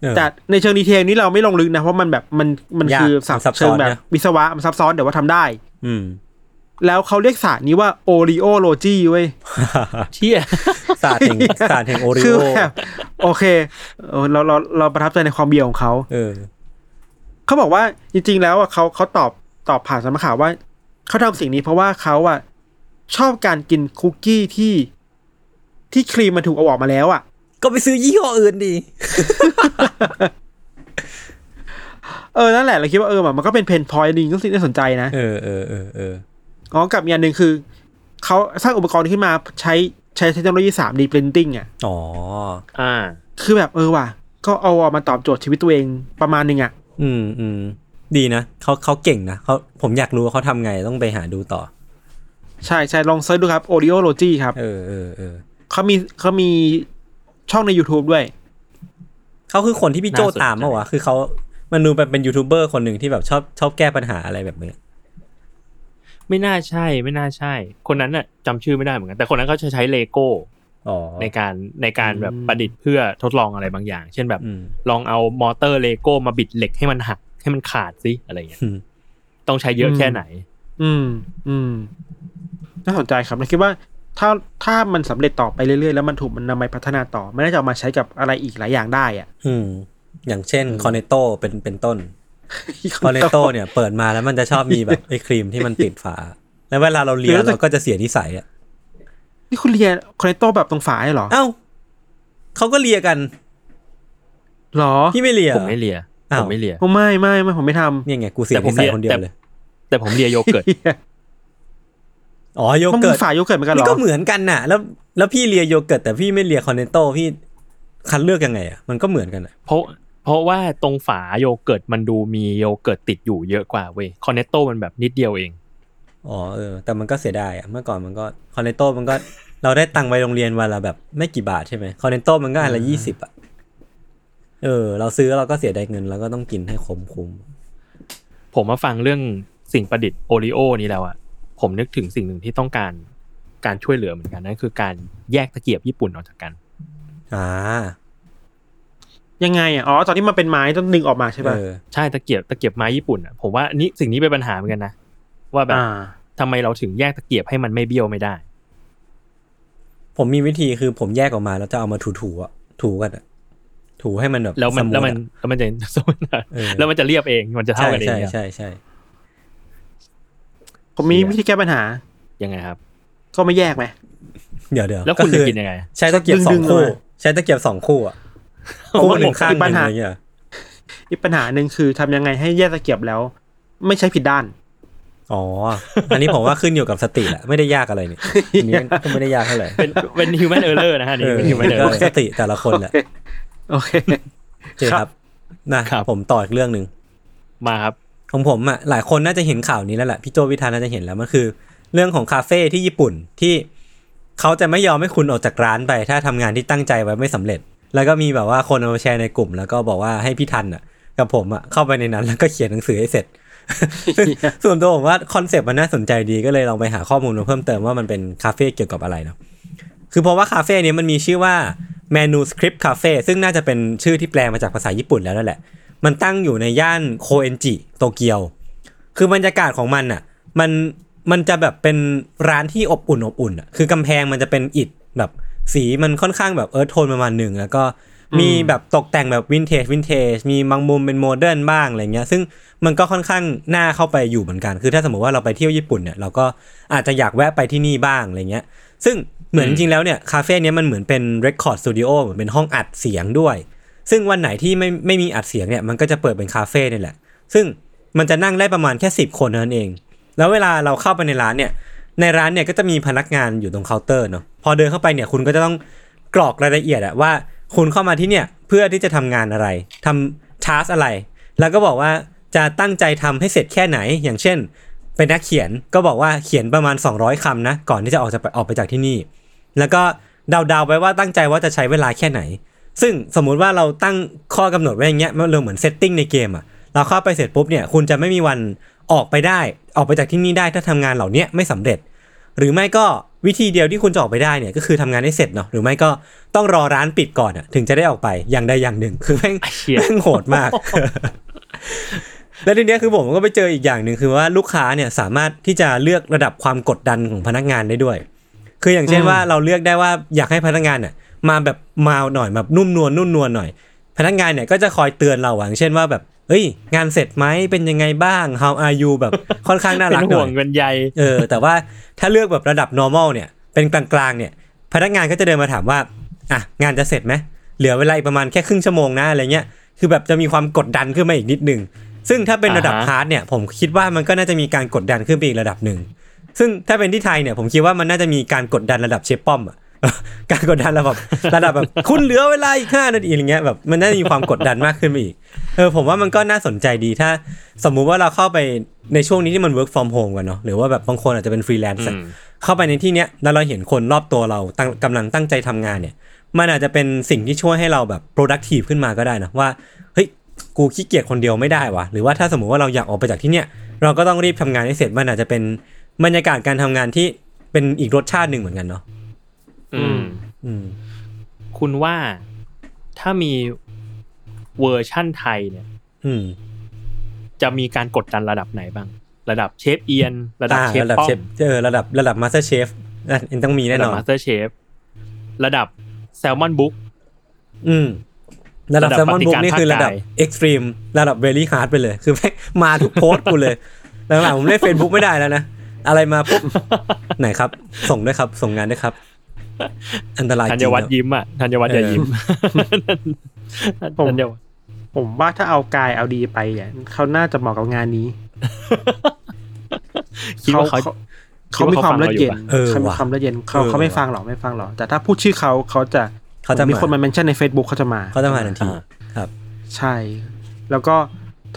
[SPEAKER 2] เออ
[SPEAKER 3] แต่ในเชิงดีเทลนี้เราไม่ลงลึกนะ เพราะมันแบบมันมัน
[SPEAKER 2] ยาก
[SPEAKER 3] คือ
[SPEAKER 2] มันซับซ้อน
[SPEAKER 3] เชิงแบบ
[SPEAKER 2] นะ
[SPEAKER 3] วิศวะมันซับซ้อนแต่ว่าทำได้
[SPEAKER 2] อืม
[SPEAKER 3] แล้วเขาเรียกศาสตร์นี้ว่าโอริโอโลจีเว้ย
[SPEAKER 4] เชี่ย
[SPEAKER 2] ศาสตร์แห่งศาสตร์แห่งโอริ
[SPEAKER 3] คือ
[SPEAKER 2] โอ
[SPEAKER 3] แบบโอเคเออเราเราเราประทับใจในความเบียร์ของเขา
[SPEAKER 2] เออ
[SPEAKER 3] เขาบอกว่าจริง ๆ แล้วอะเขาเขาตอบตอบผ่านสำนักข่าวว่า เขาทำสิ่งนี้เพราะว่าเขาอะชอบการกินคุกกี้ที่ ที่ครีมมันถูกเอาออกมาแล้วอะ
[SPEAKER 2] ก็ไปซื้อยี่ห้ออื่นดี
[SPEAKER 3] เออนั่นแหละเราคิดว่าเออแบบมันก็เป็นเพนพอยต์นึงก็สิ่งที่าสนใจนะ
[SPEAKER 2] เออเออเออเออ
[SPEAKER 3] อ๋อกับอย่างหนึ่งคือเขาสร้างอุปกรณ์ขึ้นมาใช้ใช้เทคโนโลยี 3D printing อะ
[SPEAKER 2] อ๋อ
[SPEAKER 4] อ่า
[SPEAKER 3] คือแบบเออว่ะ ก็เอาออกมาตอบโจทย์ชีวิตตัวเองประมาณหนึงอะ
[SPEAKER 2] อืมอืมดีนะเขาเขาเก่งนะเขาผมอยากรู้ว่าเขาทำไงต้องไปหาดูต่อ
[SPEAKER 3] ใช่ใช่ลองเซิร์ชดูครับ Oreology ครับ
[SPEAKER 2] เออเออเออ
[SPEAKER 3] เขามีเขามีช่องใน YouTube ด้วย
[SPEAKER 2] เขาคือคนที่พี่โจ
[SPEAKER 4] น่าสนใจ
[SPEAKER 2] ตามมาวะคือเขามันดูเป็นเป็นยูทูบเบอร์คนหนึ่งที่แบบชอบชอบแก้ปัญหาอะไรแบบเนี้ย
[SPEAKER 4] ไม่น่าใช่ไม่น่าใช่ คนนั้นน่ะจำชื่อไม่ได้เหมือนกัน แต่คนนั้นเขาจะใช้เลโก้
[SPEAKER 2] อ๋อ
[SPEAKER 4] ในการในการแบบประดิษฐ์เพื่อทดลองอะไรบางอย่าง เช่นแบบ
[SPEAKER 2] อืม
[SPEAKER 4] ลองเอามอเตอร์เลโก้มาบิดเหล็กให้มันหักให้มันขาดสิอะไรอย่างเงี้ย
[SPEAKER 2] อืม
[SPEAKER 4] ต้องใช้เยอะแค่ไหน
[SPEAKER 3] อืม อืม น่าสนใจครับเราคิดว่า ถ้าถ้ามันสำเร็จต่อไปเรื่อยๆ แล้วมันถูกมันนำไปพัฒนาต่อ มันน่าจะเอามาใช้กับอะไรอีกหลายอย่างได้อะ
[SPEAKER 2] อืม อย่างเช่นคอนเนโตเป็นเป็นต้น คอนเนโตเนี่ยเปิดมาแล้วมันจะชอบมี แบบไอ้ครีมที่มันติดฝา แล้วเวลาเราเลียเราก็จะเสียนิสัยอ่ะ
[SPEAKER 3] นี่คุณเรียนคอนเนโตแบบตรงฝาเหรอ
[SPEAKER 2] เอ้าเขาก็เลียกัน
[SPEAKER 3] หรอ
[SPEAKER 2] พี่ไม่เลีย
[SPEAKER 4] ผมไม่เลีย
[SPEAKER 2] อ้าว
[SPEAKER 4] ผมไม่เลีย
[SPEAKER 3] ผมไม่ไม่ไม่ผมไม่ทำ
[SPEAKER 2] เนี่ยไงกูเสีย
[SPEAKER 4] แต่ผ
[SPEAKER 2] นิ
[SPEAKER 4] ม
[SPEAKER 2] สัย
[SPEAKER 4] เลีย
[SPEAKER 2] คนเดีย
[SPEAKER 4] แต่
[SPEAKER 2] วเลย
[SPEAKER 4] แต่ผมเลียโยเกิร์ต
[SPEAKER 2] อ๋อโย
[SPEAKER 3] มัน
[SPEAKER 2] เกิ
[SPEAKER 3] มี
[SPEAKER 2] ร์ต
[SPEAKER 3] ฝาโยเกิร์ตเหมือนกันเหร
[SPEAKER 2] นี่
[SPEAKER 3] อ
[SPEAKER 2] ก็เหมือนกันน่ะ แล้ว แล้วพี่เลียโยเกิร์ตแต่พี่ไม่เลียคอนเนโตพี่คัดเลือกยังไงอ่ะมันก็เหมือนกันอ่ะ
[SPEAKER 4] เพราะเพราะว่าตรงฝาโยเกิร์ตมันดูมีโยเกิร์ตติดอยู่เยอะกว่าเว้ยคอนเนตโตมันแบบนิดเดียวเอง
[SPEAKER 2] อ๋อเออแต่มันก็เสียดายอ่ะเมื่อก่อนมันก็คอนเนโตมันก็ เราได้ตังค์ไปโรงเรียนวันละแบบไม่กี่บาทใช่ไหมคอนเนโตมันก็อันละยี่สิบอ่ะเออ เราซื้อเราก็เสียดายเงินเราก็ต้องกินให้คุ้มคุ้ม
[SPEAKER 4] ผมมาฟังเรื่องสิ่งประดิษฐ์โอริโอนี้แล้วอะผมนึกถึงสิ่งหนึ่งที่ต้องการการช่วยเหลือเหมือนกันนั่นคือการแยกตะเกียบญี่ปุ่นออกจากกัน
[SPEAKER 2] อ่า
[SPEAKER 3] ยังไงอ่ะ อ๋อ ตอนที่มันเป็นไม้ต้องดึงออกมาใช่
[SPEAKER 2] เอ
[SPEAKER 3] ป่ะ
[SPEAKER 2] อ
[SPEAKER 4] ใช่ตะเกียบตะเกียบไม้ญี่ปุ่นอะผมว่าอันนี้สิ่งนี้เป็นปัญหาเหมือนกันนะว่าแบบ
[SPEAKER 3] อ่า
[SPEAKER 4] ทำไมเราถึงแยกตะเกียบให้มันไม่เบี้ยวไม่ได้
[SPEAKER 2] ผมมีวิธีคือผมแยกออกมาแล้วจะเอามาถูๆอ่ะถูกันอ่ะถูให้มันแบบ
[SPEAKER 4] แล้วมัน
[SPEAKER 2] ส
[SPEAKER 4] แล้วมัน
[SPEAKER 2] อะ
[SPEAKER 4] แล้วมันจะ สมมุติว่า
[SPEAKER 2] เออ
[SPEAKER 4] แล้วมันจะเรียบเองมันจะเท่า
[SPEAKER 2] ใช่
[SPEAKER 4] กันเอง
[SPEAKER 2] ใช่
[SPEAKER 4] เนี่ย
[SPEAKER 2] ใช่ใช่
[SPEAKER 3] ผมมีวิธีแก้ปัญหา
[SPEAKER 4] ยังไงครับ
[SPEAKER 3] ก็ไม่แยกไหม
[SPEAKER 2] เดี๋ยวเดี๋ยว
[SPEAKER 4] แล้วคุณ
[SPEAKER 2] อ
[SPEAKER 4] จะกินยังไง
[SPEAKER 2] ใช้ตะเกียบสอ
[SPEAKER 3] ดึ
[SPEAKER 2] ง
[SPEAKER 3] งๆ
[SPEAKER 2] คู่
[SPEAKER 3] เลย
[SPEAKER 2] ใช้ตะเกียบสองคู่อ่ะ
[SPEAKER 3] โอ้โห
[SPEAKER 2] คู่หนึ่งข้าง
[SPEAKER 3] ปั
[SPEAKER 2] หนึ่ง
[SPEAKER 3] ญหา
[SPEAKER 2] อะไรเงี้ย
[SPEAKER 3] อีกปัญหาหนึ่งคือทำยังไงให้แยกตะเกียบแล้ว ไม่ใช้ผิดด้าน
[SPEAKER 2] อ๋อ อันนี้ผมว่าขึ้นอยู่กับสติแหละไม่ได้ย ากอะไรนี่อันนี้ก็ไม่ได้ยากเท่าไหร่
[SPEAKER 4] เป็นเป็น human error นะฮะอัน
[SPEAKER 2] เอ
[SPEAKER 4] นี่
[SPEAKER 2] อ
[SPEAKER 4] เป็น human
[SPEAKER 2] ก็
[SPEAKER 4] error
[SPEAKER 2] สติแต่ละคนแหละ
[SPEAKER 3] โอเค
[SPEAKER 2] โอเคครับนะครับ ผมต่ออีกเรื่องหนึ่ง
[SPEAKER 4] มาครับ
[SPEAKER 2] ของผมอ่ะหลายคนน่าจะเห็นข่าวนี้แล้วแหละพี่โจวิธาน่าจะเห็นแล้วมันคือ เรื่องของคาเฟ่ที่ญี่ปุ่นที่เขาจะไม่ยอมให้คุณออกจากร้านไป ถ้าทำงานที่ตั้งใจไว้ไม่สำเร็จ แล้วก็มีแบบว่าคนเอามาแชร์ในกลุ่ม แล้วก็บอกว่าให้พี่ทันอ่ะ กับผมอ่ะเข้าไปในนั้นแล้วก็เขียนหนังสือให้เสร็จ ซึ่งส่วนตัวผมว่าคอนเซปต์มันน่าสนใจดีก็เลยลองไปหาข้อมูลมาเพิ่มเติมว่ามันเป็นคาเฟ่เกี่ยวกับอะไรเนาะคือเพราะว่าคาเฟ่เนี้มันมีชื่อว่า Manuscript Cafe ซึ่งน่าจะเป็นชื่อที่แปลมาจากภาษาญี่ปุ่นแล้วนั่นแหละ มันตั้งอยู่ในย่านโคเอนจิโตเกียว คือบรรยากาศของมันอ่ะ มันมันจะแบบเป็นร้านที่อบอุ่นอบอุ่นอ่ะคือกำแพงมันจะเป็นอิฐแบบสีมันค่อนข้างแบบเอิร์ธโทนประมาณหนึ่งแล้วก็มีแบบตกแต่งแบบวินเทจวินเทจมีบางมุมเป็นโมเดิร์นบ้างอะไรเงี้ย ซึ่งมันก็ค่อนข้างน่าเข้าไปอยู่เหมือนกัน คือถ้าสมมติว่าเราไปเที่ยวญี่ปุ่นเนี่ยเราก็อาจจะอยากแวะไปที่นี่บ้างอะไรเงี้ย ซึ่งเหมือนจริงๆแล้วเนี่ยคาเฟ่เนี้ยมันเหมือนเป็นเรคคอร์ดสตูดิโอเหมือนเป็นห้องอัดเสียงด้วย ซึ่งวันไหนที่ไม่ไม่มีอัดเสียงเนี่ยมันก็จะเปิดเป็นคาเฟ่เนี่ยแหละ ซึ่งมันจะนั่งได้ประมาณแค่ 10 คนเท่านั้นเอง แล้วเวลาเราเข้าไปในร้านเนี่ย ในร้านเนี่ยก็จะมีพนักงานอยู่ตรงเคาน์เตอร์เนาะ พอเดินเข้าไปเนี่ยคุณก็จะต้องกรอกรายละเอียดอะว่าคุณเข้ามาที่เนี่ยเพื่อที่จะทำงานอะไรทำทาสอะไร แล้วก็บอกว่าจะตั้งใจทำให้เสร็จแค่ไหน อย่างเช่น เป็นนักเขียนก็บอกว่าเขียนประมาณ 200คำนะ ก่อนที่จะออกจากออกไปจากที่นี่ แล้วก็ เดาๆไปว่าตั้งใจว่าจะใช้เวลาแค่ไหน ซึ่งสมมุติว่าเราตั้งข้อกำหนดไว้อย่างเงี้ยมันเรื่องเหมือนเซตติ้งในเกมอะเราเข้าไปเสร็จปุ๊บเนี่ยคุณจะไม่มีวันออกไปได้ ออกไปจากที่นี่ได้ถ้าทำงานเหล่าเนี้ยไม่สำเร็จ หรือไม่ก็วิธีเดียวที่คุณจะออกไปได้เนี่ยก็คือทำงานให้เสร็จเนาะหรือไม่ก็ต้องรอร้านปิดก่อนอะถึงจะได้ออกไปอย่างใดอย่าง หนึ่ง คือแม่ง
[SPEAKER 4] เชี่ย
[SPEAKER 2] แม่งโหดมาก แล้วทีเนี้ยคือผมก็ไปเจออีกอย่างหนึ่งคือว่าลูกค้าเนี่ยสามารถที่จะเลือกระดับความกดดันของพนักงานได้ด้วย คืออย่างเช่นว่าเราเลือกได้ว่าอยากให้พนักงานเนี่ยมาแบบมาวหน่อยแบบนุ่มนวลนุ่มนวลหน่อย พนักงานเนี่ยก็จะคอยเตือนเราอะอย่างเช่นว่าแบบเอ้ย งานเสร็จไหมเป็นยังไงบ้าง how are you แบบค่อนข้างน่า
[SPEAKER 4] เป็
[SPEAKER 2] รัก
[SPEAKER 4] น
[SPEAKER 2] ห
[SPEAKER 4] ห่
[SPEAKER 2] น่
[SPEAKER 4] ว
[SPEAKER 2] อง ย
[SPEAKER 4] เป็นใย
[SPEAKER 2] เออแต่ว่าถ้าเลือกแบบระดับ normal เนี่ยเป็นกลางๆเนี่ยพนักงานก็จะเดินมาถามว่าอ่ะงานจะเสร็จไหมเหลือเวลาอีกประมาณแค่ครึ่งชั่วโมงนะอะไรเงี้ยคือแบบจะมีความกดดันขึ้นมาอีกนิดนึง ซึ่งถ้าเป็นระดับ
[SPEAKER 4] อ่าฮะ
[SPEAKER 2] ฮาร์ดเนี่ยผมคิดว่ามันก็น่าจะมีการกดดันขึ้นไปอีกระดับหนึ่ง ซึ่งถ้าเป็นที่ไทยเนี่ยผมคิดว่ามันน่าจะมีการกดดันระดับเชฟป้อมอะ การกดดัน ระดับระดับแบบ คุณเหลือเวลาอีกห้านาทีอะไรเงี้ยแบบมันน่าจะมีความกดดันมากขึ้นไปอีกเออผมว่ามันก็น่าสนใจดีถ้า สมมุติว่าเราเข้าไปในช่วงนี้ที่มัน work from home กันเนาะหรือว่าแบบบางคนอาจจะเป็นฟรีแลนซ์อะ
[SPEAKER 4] อืม
[SPEAKER 2] เข้าไปในที่เนี้ยแล้วเราเห็นคนรอบตัวเราตั้งกำลังตั้งใจทำงานเนี่ย มันอาจจะเป็นสิ่งที่ช่วยให้เราแบบ productive ขึ้นมาก็ได้นะว่าเฮ้ยกูขี้เกียจคนเดียวไม่ได้วะหรือว่าถ้าสมมุติว่าเราอยากออกไปจากที่เนี้ยเราก็ต้องรีบทำงานให้เสร็จมันอาจจะเป็นบรรยากาศการทำงานที่เป็นอีกรสชาติหนึ่งเหมือนกันเนาะ
[SPEAKER 4] อืม
[SPEAKER 2] อืม
[SPEAKER 4] คุณว่าถ้ามีเวอร์ชั่นไทยเนี่ย
[SPEAKER 2] อืม
[SPEAKER 4] จะมีการกดดันระดับไหนบ้าง ระดับเชฟเอียน ระดับ
[SPEAKER 2] อ่า
[SPEAKER 4] เชฟ
[SPEAKER 2] ระดับ
[SPEAKER 4] ป้อ
[SPEAKER 2] เชฟ
[SPEAKER 4] ม
[SPEAKER 2] เออระดับระดับมาสเตอร์เชฟอ่ะยังต้องมี
[SPEAKER 4] ระ
[SPEAKER 2] แน่น
[SPEAKER 4] ดับ
[SPEAKER 2] อน
[SPEAKER 4] มาสเตอร์เชฟระดับแซลมอนบุ๊ก
[SPEAKER 2] อืม ระดับ
[SPEAKER 4] ระดับ
[SPEAKER 2] แซลมอนบุ๊ก
[SPEAKER 4] ปฏิการ
[SPEAKER 2] นี่คือ
[SPEAKER 4] ภาค
[SPEAKER 2] ระดับ
[SPEAKER 4] กาย
[SPEAKER 2] เอ็กซ์ตรีมระดับเวลี่ฮาร์ดไปเลย คือแม่ง มาทุกโพสต์กูเลย หลังๆผมเล่นเฟซบุ๊กไม่ได้แล้วนะ อะไรมา ปุ๊บ ไหนครับ ส่งด้วยครับ ส่งงานด้วยครับ อันตรายจ
[SPEAKER 4] ธัญ
[SPEAKER 2] ริง
[SPEAKER 4] วัฒ
[SPEAKER 2] ค
[SPEAKER 4] น์
[SPEAKER 2] รับ
[SPEAKER 4] ยิ้มอ่ะธัญวัฒน์อย่า
[SPEAKER 2] เออ
[SPEAKER 4] ยิ้ม
[SPEAKER 3] ผม
[SPEAKER 4] ธัญวัฒน์
[SPEAKER 3] ผมว่าถ้าเอากายเอาดีไปเนี่ยเขาน่าจะเหมาะกับงานนี้
[SPEAKER 4] คิดว่าเขา คิด
[SPEAKER 3] เขา
[SPEAKER 4] ว่า
[SPEAKER 3] มีค
[SPEAKER 4] เขา
[SPEAKER 3] วามละเอียดเย็น
[SPEAKER 2] เออ
[SPEAKER 3] เขามี
[SPEAKER 2] ว่ะ
[SPEAKER 3] ความละเอียดเย็น
[SPEAKER 2] เอ
[SPEAKER 3] เขา
[SPEAKER 2] อ
[SPEAKER 3] เขาไม่
[SPEAKER 2] ว่ะ
[SPEAKER 3] ฟังหรอกไม่ฟังหรอกแต่ถ้าพูดชื่อเขาเขาจะ
[SPEAKER 2] เขาจะ
[SPEAKER 3] มี
[SPEAKER 2] มา
[SPEAKER 3] คนมาเมนชั่นใน Facebook เขาจะมา
[SPEAKER 2] เขาจะมาทันทีครับ
[SPEAKER 3] ใช่ แล้วก็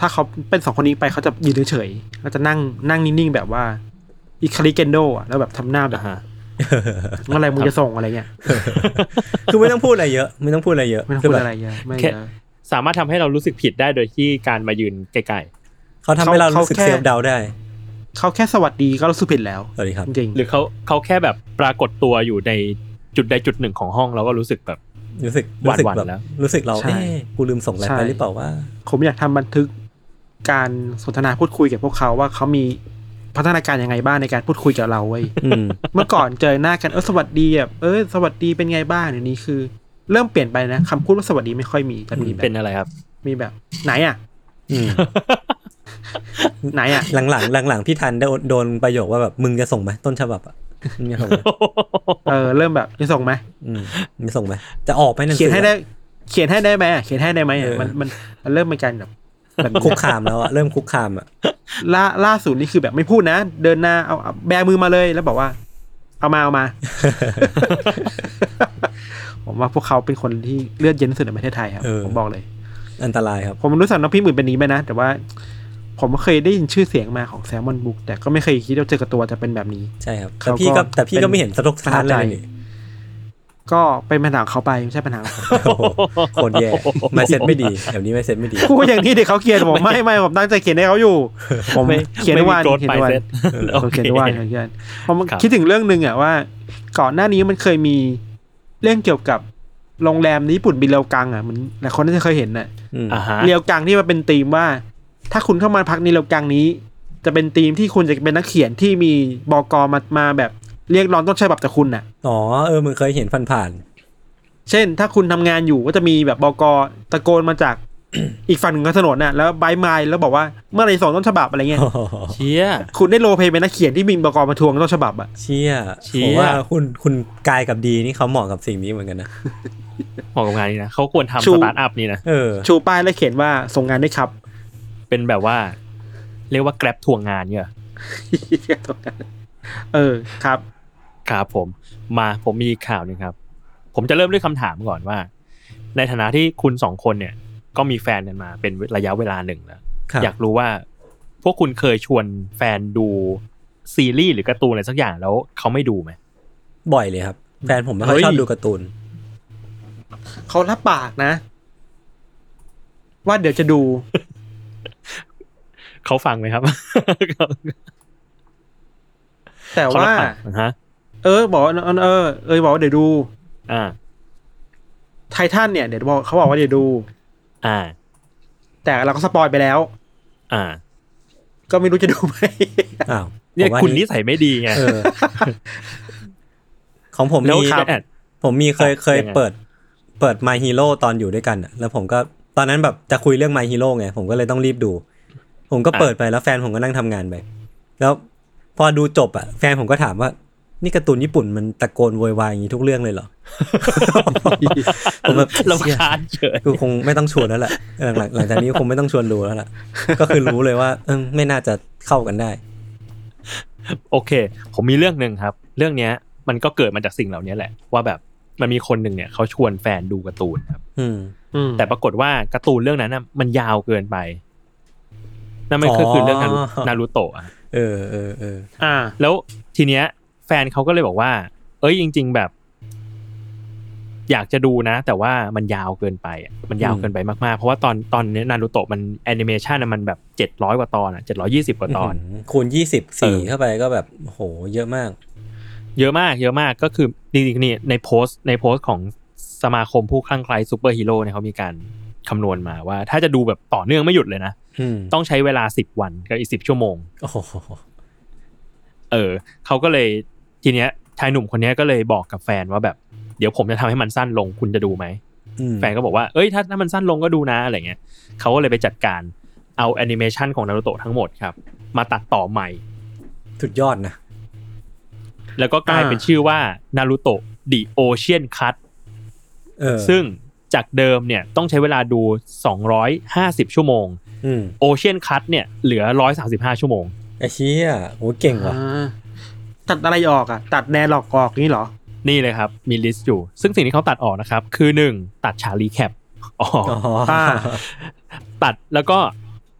[SPEAKER 3] ถ้าเขาเป็นสองคนนี้ไปเขาจะยืนเฉยๆเขาจะนั่งนั่งนิ่งๆ แบบว่าอิคาริเกนโดอ่ะแล้วแบบทำหน้าแบบ
[SPEAKER 4] อ่าฮะ
[SPEAKER 3] เมื่อไหรมึงจะส่งอะไรเงี้ย
[SPEAKER 2] คือไม่ต้องพูดอะไรเยอะ ไม่ต้องพูดอะไรเยอะ
[SPEAKER 3] ไม่ต้อง
[SPEAKER 2] คื
[SPEAKER 3] พูด
[SPEAKER 2] แบบ
[SPEAKER 3] อะไรเยอะไม่
[SPEAKER 4] แค่
[SPEAKER 3] เยอะ
[SPEAKER 4] สามารถทำให้เรารู้สึกผิดได้โดยที่การมายืนไกล
[SPEAKER 2] เขาทำให้เรารู้สึก
[SPEAKER 3] เขา
[SPEAKER 2] เซ
[SPEAKER 3] แค่
[SPEAKER 2] ฟเดาได้
[SPEAKER 3] เขาแค่สวัสดีก็รู้สึกผิดแล้ว
[SPEAKER 2] สวัสดีครับ
[SPEAKER 3] จริง
[SPEAKER 4] ๆ หรือเขาเขาแค่แบบปรากฏตัวอยู่ในจุดใดจุดหนึ่งของห้องเราก็รู้สึกแบบ
[SPEAKER 2] รู้สึกรู้สึก
[SPEAKER 4] หวานๆ
[SPEAKER 2] แบบ
[SPEAKER 4] แล้ว
[SPEAKER 2] รู้สึกเราเอ๊ะกูลืมส่งอะไรไปหรือเปล่าว่า
[SPEAKER 3] ๆ ผมอยากทำบันทึกการสนทนาพูดคุยกับพวกเขาว่าเขามีพัฒนาการยังไงบ้างในการพูดคุยกับเรา เว้ย
[SPEAKER 2] อืม
[SPEAKER 3] เมื่อก่อนเจอหน้ากันเออสวัสดีแบบเออสวัสดีเป็นไงบ้างเดี๋ยวนี้คือ เริ่มเปลี่ยนไปนะคำพูดว่าสวัสดีไม่ค่อยมีแต่มีแบ
[SPEAKER 4] เป็
[SPEAKER 3] บ
[SPEAKER 4] นอะไรครับ
[SPEAKER 3] มีแบบ ไหนอ่ะ
[SPEAKER 2] อืม
[SPEAKER 3] ไหน อ่ะ
[SPEAKER 2] หลังๆหลังๆพี่ทันได้โดนประโยคว่าแบบมึงจะส่งไหมต้นฉบับอ่ะมึงจะส่งไหม
[SPEAKER 3] เออเริ่มแบบจะส่งไหม
[SPEAKER 2] อืมมึงจะส่งไหมจะออกไหมหนังสือ
[SPEAKER 3] เขียนให้ได้
[SPEAKER 2] อะ
[SPEAKER 3] เขียนให้ได้ไหมอ่ะเขียนให้ได้ไหมอ่ะ
[SPEAKER 2] เออ
[SPEAKER 3] มันมันมันเริ่มเป็นการแบบแบบนี้
[SPEAKER 2] คุกคามแล้วอ่ะเริ่มคุกคามอ่ะ
[SPEAKER 3] ล่าล่าสุดนี่คือแบบไม่พูดนะ เดินหน้าเอาเอาแบมือมาเลยแล้วบอกว่า เอามาเอามา ผมว่าพวกเขาเป็นคนที่เลือดเย็นที่สุดในประเทศไทยครับผมบอกเลย
[SPEAKER 2] อันตรายครับ
[SPEAKER 3] ผมรู้สึกน้องพี่หมื่นเป็นนี้ไปนะ แต่ว่า ผมเคยได้ยินชื่อเสียงมาของแซมมอนบุ๊กแต่ก็ไม่เคยคิดว่าเจอกับตัวจะเป็นแบบนี้
[SPEAKER 2] ใช่ครับแต่
[SPEAKER 3] เขา
[SPEAKER 2] พี่
[SPEAKER 3] ก็
[SPEAKER 2] ก็แต่พี่
[SPEAKER 3] เป็
[SPEAKER 2] ก็
[SPEAKER 3] น
[SPEAKER 2] ไม่เห็นสะทกสะท้าน
[SPEAKER 3] ขา
[SPEAKER 2] เล
[SPEAKER 3] ใจ
[SPEAKER 2] ยนี่
[SPEAKER 3] ก็เป็นปัญหาของเขาไปไม่ใช่ปัญหาของผม
[SPEAKER 2] โอ้โหโคตรแย่มาเซ็ตไม่ดีแบบนี้มาเซ็ตไม่ดี
[SPEAKER 3] พูดอย่างนี้เด็กเขาเขียนผมไม่ไม่ผมตั้งใจเขียนให้เขาอยู่ ผม
[SPEAKER 4] ไม่
[SPEAKER 3] เขียนทุกวัน
[SPEAKER 4] ไม่มี growth
[SPEAKER 3] เขียนทุกวัน
[SPEAKER 4] mindset
[SPEAKER 3] เออผมเขียนทุกวันเขียนทุกวันผม
[SPEAKER 4] ครับ
[SPEAKER 3] คิดถึงเรื่องหนึ่งอ่ะว่า ก่อนหน้านี้มันเคยมีเรื่องเกี่ยวกับโรงแรมญี่ปุ่นบินเรียวกังอ่ะเหมันหลายคนน่าจะเคยเห็นน่ะ
[SPEAKER 2] อืม
[SPEAKER 4] อ่าฮะ
[SPEAKER 3] เรียวกังที่มันเป็นธีมว่า ถ้าคุณเข้ามาพักในเรียวกังนี้ จะเป็นธีมที่คุณจะเป็นนักเขียนที่มีบกมามาแบบเรียกร้องต้องใช้แบบจากคุณน่ะ
[SPEAKER 2] อ๋อเออมึงเคยเห็นผ่าน
[SPEAKER 3] เช่น ถ้าคุณทำงานอยู่ก็จะมีแบบบกตะโกนมาจาก อีกฝั่งหนึ่งของถนนน่ะแล้วบายไมล์แล้วบอกว่าเมื่อไหรส่งต้นฉบับอะไร
[SPEAKER 2] ๆ
[SPEAKER 3] เงี้ย
[SPEAKER 2] โอ้โห
[SPEAKER 4] เชีย
[SPEAKER 3] คุณได้โรลเพลย์เป็นนักเขียนที่บินบกมาทวงต้นฉบับอะ
[SPEAKER 2] เชี่ย
[SPEAKER 4] เชี่
[SPEAKER 2] ผ
[SPEAKER 4] ย
[SPEAKER 2] มว่าคุณคุณกายกับดีนี่เขาเหมาะกับสิ่งนี้เหมือนกันนะ
[SPEAKER 4] เหมาะกับงานนี้นะเขาควรทำสตาร์ทอัพนี่นะ
[SPEAKER 2] เออ
[SPEAKER 3] ชูป้ายแล้วเขียนว่าส่งงานด้วยครับ
[SPEAKER 4] เป็นแบบว่า เรียกว่าแกร็บทวงงานเนี่ยเหรอ
[SPEAKER 3] เออครับ
[SPEAKER 4] ครับผม มาผมมีข่าวหนึ่งครับ ผมจะเริ่มด้วยคำถามก่อนว่า ในฐานะที่คุณสองคนเนี่ย ก็มีแฟนกันมาเป็นระยะเวลาหนึ่งแล้ว
[SPEAKER 2] ครับ
[SPEAKER 4] อยากรู้ว่า พวกคุณเคยชวนแฟนดูซีรีส์หรือการ์ตูนอะไรสักอย่างแล้วเขาไม่ดูไหม
[SPEAKER 2] บ่อยเลยครับ แฟนผมไม่ค่อยชอบดูการ์ตูน
[SPEAKER 3] เขารับปากนะ ว่าเดี๋ยวจะดู
[SPEAKER 4] เขาฟังไหมครับ
[SPEAKER 3] แต่
[SPEAKER 4] เขา
[SPEAKER 3] ว่า
[SPEAKER 4] รับปกฮะ
[SPEAKER 3] เออ บอกว่าเออเอยบอกว่าเดี๋ยวดู
[SPEAKER 4] อ่า
[SPEAKER 3] ไททันเนี่ยเดี๋ยวบอกเขาบอกว่าเดี๋ยวดู
[SPEAKER 4] อ่า
[SPEAKER 3] แต่เราก็สปอยไปแล้ว
[SPEAKER 4] อ่า
[SPEAKER 3] ก็ไม่รู้จะดูไหม
[SPEAKER 2] อ้าว
[SPEAKER 4] เนี่ย
[SPEAKER 2] ผมว่า
[SPEAKER 4] คุณนิสัยไม่ดีไง
[SPEAKER 2] เออ ของผม
[SPEAKER 4] แล้ว
[SPEAKER 2] มี
[SPEAKER 4] ครับ
[SPEAKER 2] ผมมีเคยเคย
[SPEAKER 4] ยังไง
[SPEAKER 2] เปิด เปิด My Hero ตอนอยู่ด้วยกันอะแล้วผมก็ตอนนั้นแบบจะคุยเรื่อง My Hero ไง ผมก็เลยต้องรีบดู ผมก็เปิดไปแล้วแฟนผมก็นั่งทำงานไป แล้วพอดูจบอะแฟนผมก็ถามว่า นี่การ์ตูนญี่ปุ่นมันตะโกนโวยวายอย่างนี้ทุกเรื่องเลย เหรอ ผม แบบ
[SPEAKER 4] ลำคาญเฉย
[SPEAKER 2] คือคงไม่ต้องชวนแล้วแหละเออหลังหลังจากนี้คงไม่ต้องชวนดูแล้วล่ะ ก็คือรู้เลยว่าเออไม่น่าจะเข้ากันได้
[SPEAKER 4] โอเค ผมมีเรื่องหนึ่งครับ เรื่องเนี้ย มันก็เกิดมาจากสิ่งเหล่านี้แหละ ว่าแบบมันมีคนหนึ่งเนี่ยเขาชวนแฟนดูการ์ตูนครับ
[SPEAKER 2] อืม
[SPEAKER 3] อืม
[SPEAKER 4] แต่ปรากฏว่าการ์ตูนเรื่องนั้นน่ะมันยาวเกินไปนั่นมันคือ
[SPEAKER 2] อ๋อ
[SPEAKER 4] คือเรื่องนารุนารูโตะอะ
[SPEAKER 2] เออเออเออ
[SPEAKER 3] อ่า
[SPEAKER 4] แล้วทีเนี้ย แฟนเขาก็เลยบอกว่า เอ้ยจริง ๆ แบบ อยากจะดูนะ แต่ว่ามันยาวเกินไปอะมันยาวเกินไปมากๆ เพราะว่าตอนตอนเนี้ยนารูโตะมันแอนิเมชันมันแบบเจ็ดร้อยกว่าตอนอ่ะเจ็ดร้อยี่สิบกว่าตอน
[SPEAKER 2] หืคูณยี่สิบ
[SPEAKER 4] เอ
[SPEAKER 2] สี่
[SPEAKER 4] อ
[SPEAKER 2] เข้าไปก็แบบโอ้โห เยอะมาก
[SPEAKER 4] เยอะมากเยอะมากก็คือจริงๆนี่ในโพสต์ในโพสต์ของสมาคมผู้คลั่งไคล้ซูเปอร์ฮีโร่เนี่ยเขามีการคำนวณมาว่า ถ้าจะดูแบบต่อเนื่องไม่หยุดเลยนะ
[SPEAKER 2] อืม
[SPEAKER 4] ต้องใช้เวลาสิบวันกับอีกสิบชั่วโมง
[SPEAKER 2] โอ้โห
[SPEAKER 4] เออเขาก็เลยทีเนี้ยชายหนุ่มคนเนี้ยก็เลยบอกกับแฟนว่าแบบเดี๋ยวผมจะทำให้มันสั้นลงคุณจะดูไหม
[SPEAKER 2] อืม
[SPEAKER 4] แฟนก็บอกว่า เอ้ย ถ้าถ้ามันสั้นลงก็ดูนะ อะไรเงี้ย เขาก็เลยไปจัดการเอาแอนิเมชันของนารูโตะทั้งหมดครับ มาตัดต่อใหม่
[SPEAKER 2] สุดยอดนะ
[SPEAKER 4] แล้วก็กลาย
[SPEAKER 3] อ่า
[SPEAKER 4] เป็นชื่อว่านารูโตะ The Ocean Cut
[SPEAKER 2] เออ
[SPEAKER 4] ซึ่งจากเดิมเนี่ยต้องใช้เวลาดู 250 ชั่วโมง
[SPEAKER 2] อืม
[SPEAKER 4] Ocean Cut เนี่ยเหลือ 135 ชั่วโมง
[SPEAKER 2] ไอ้เชี่ยโอ้เก่งว่ะ
[SPEAKER 3] อ่าตัดอะไรออกอ่ะ ตัดแนนหลอกออกนี่เหรอ
[SPEAKER 4] นี่เลยครับ มีลิสต์อยู่ ซึ่งสิ่งที่เขาตัดออกนะครับ คือ 1. ตัดฉากรีแคปออก
[SPEAKER 2] อ๋อ
[SPEAKER 3] อ่า
[SPEAKER 4] ตัดแล้วก็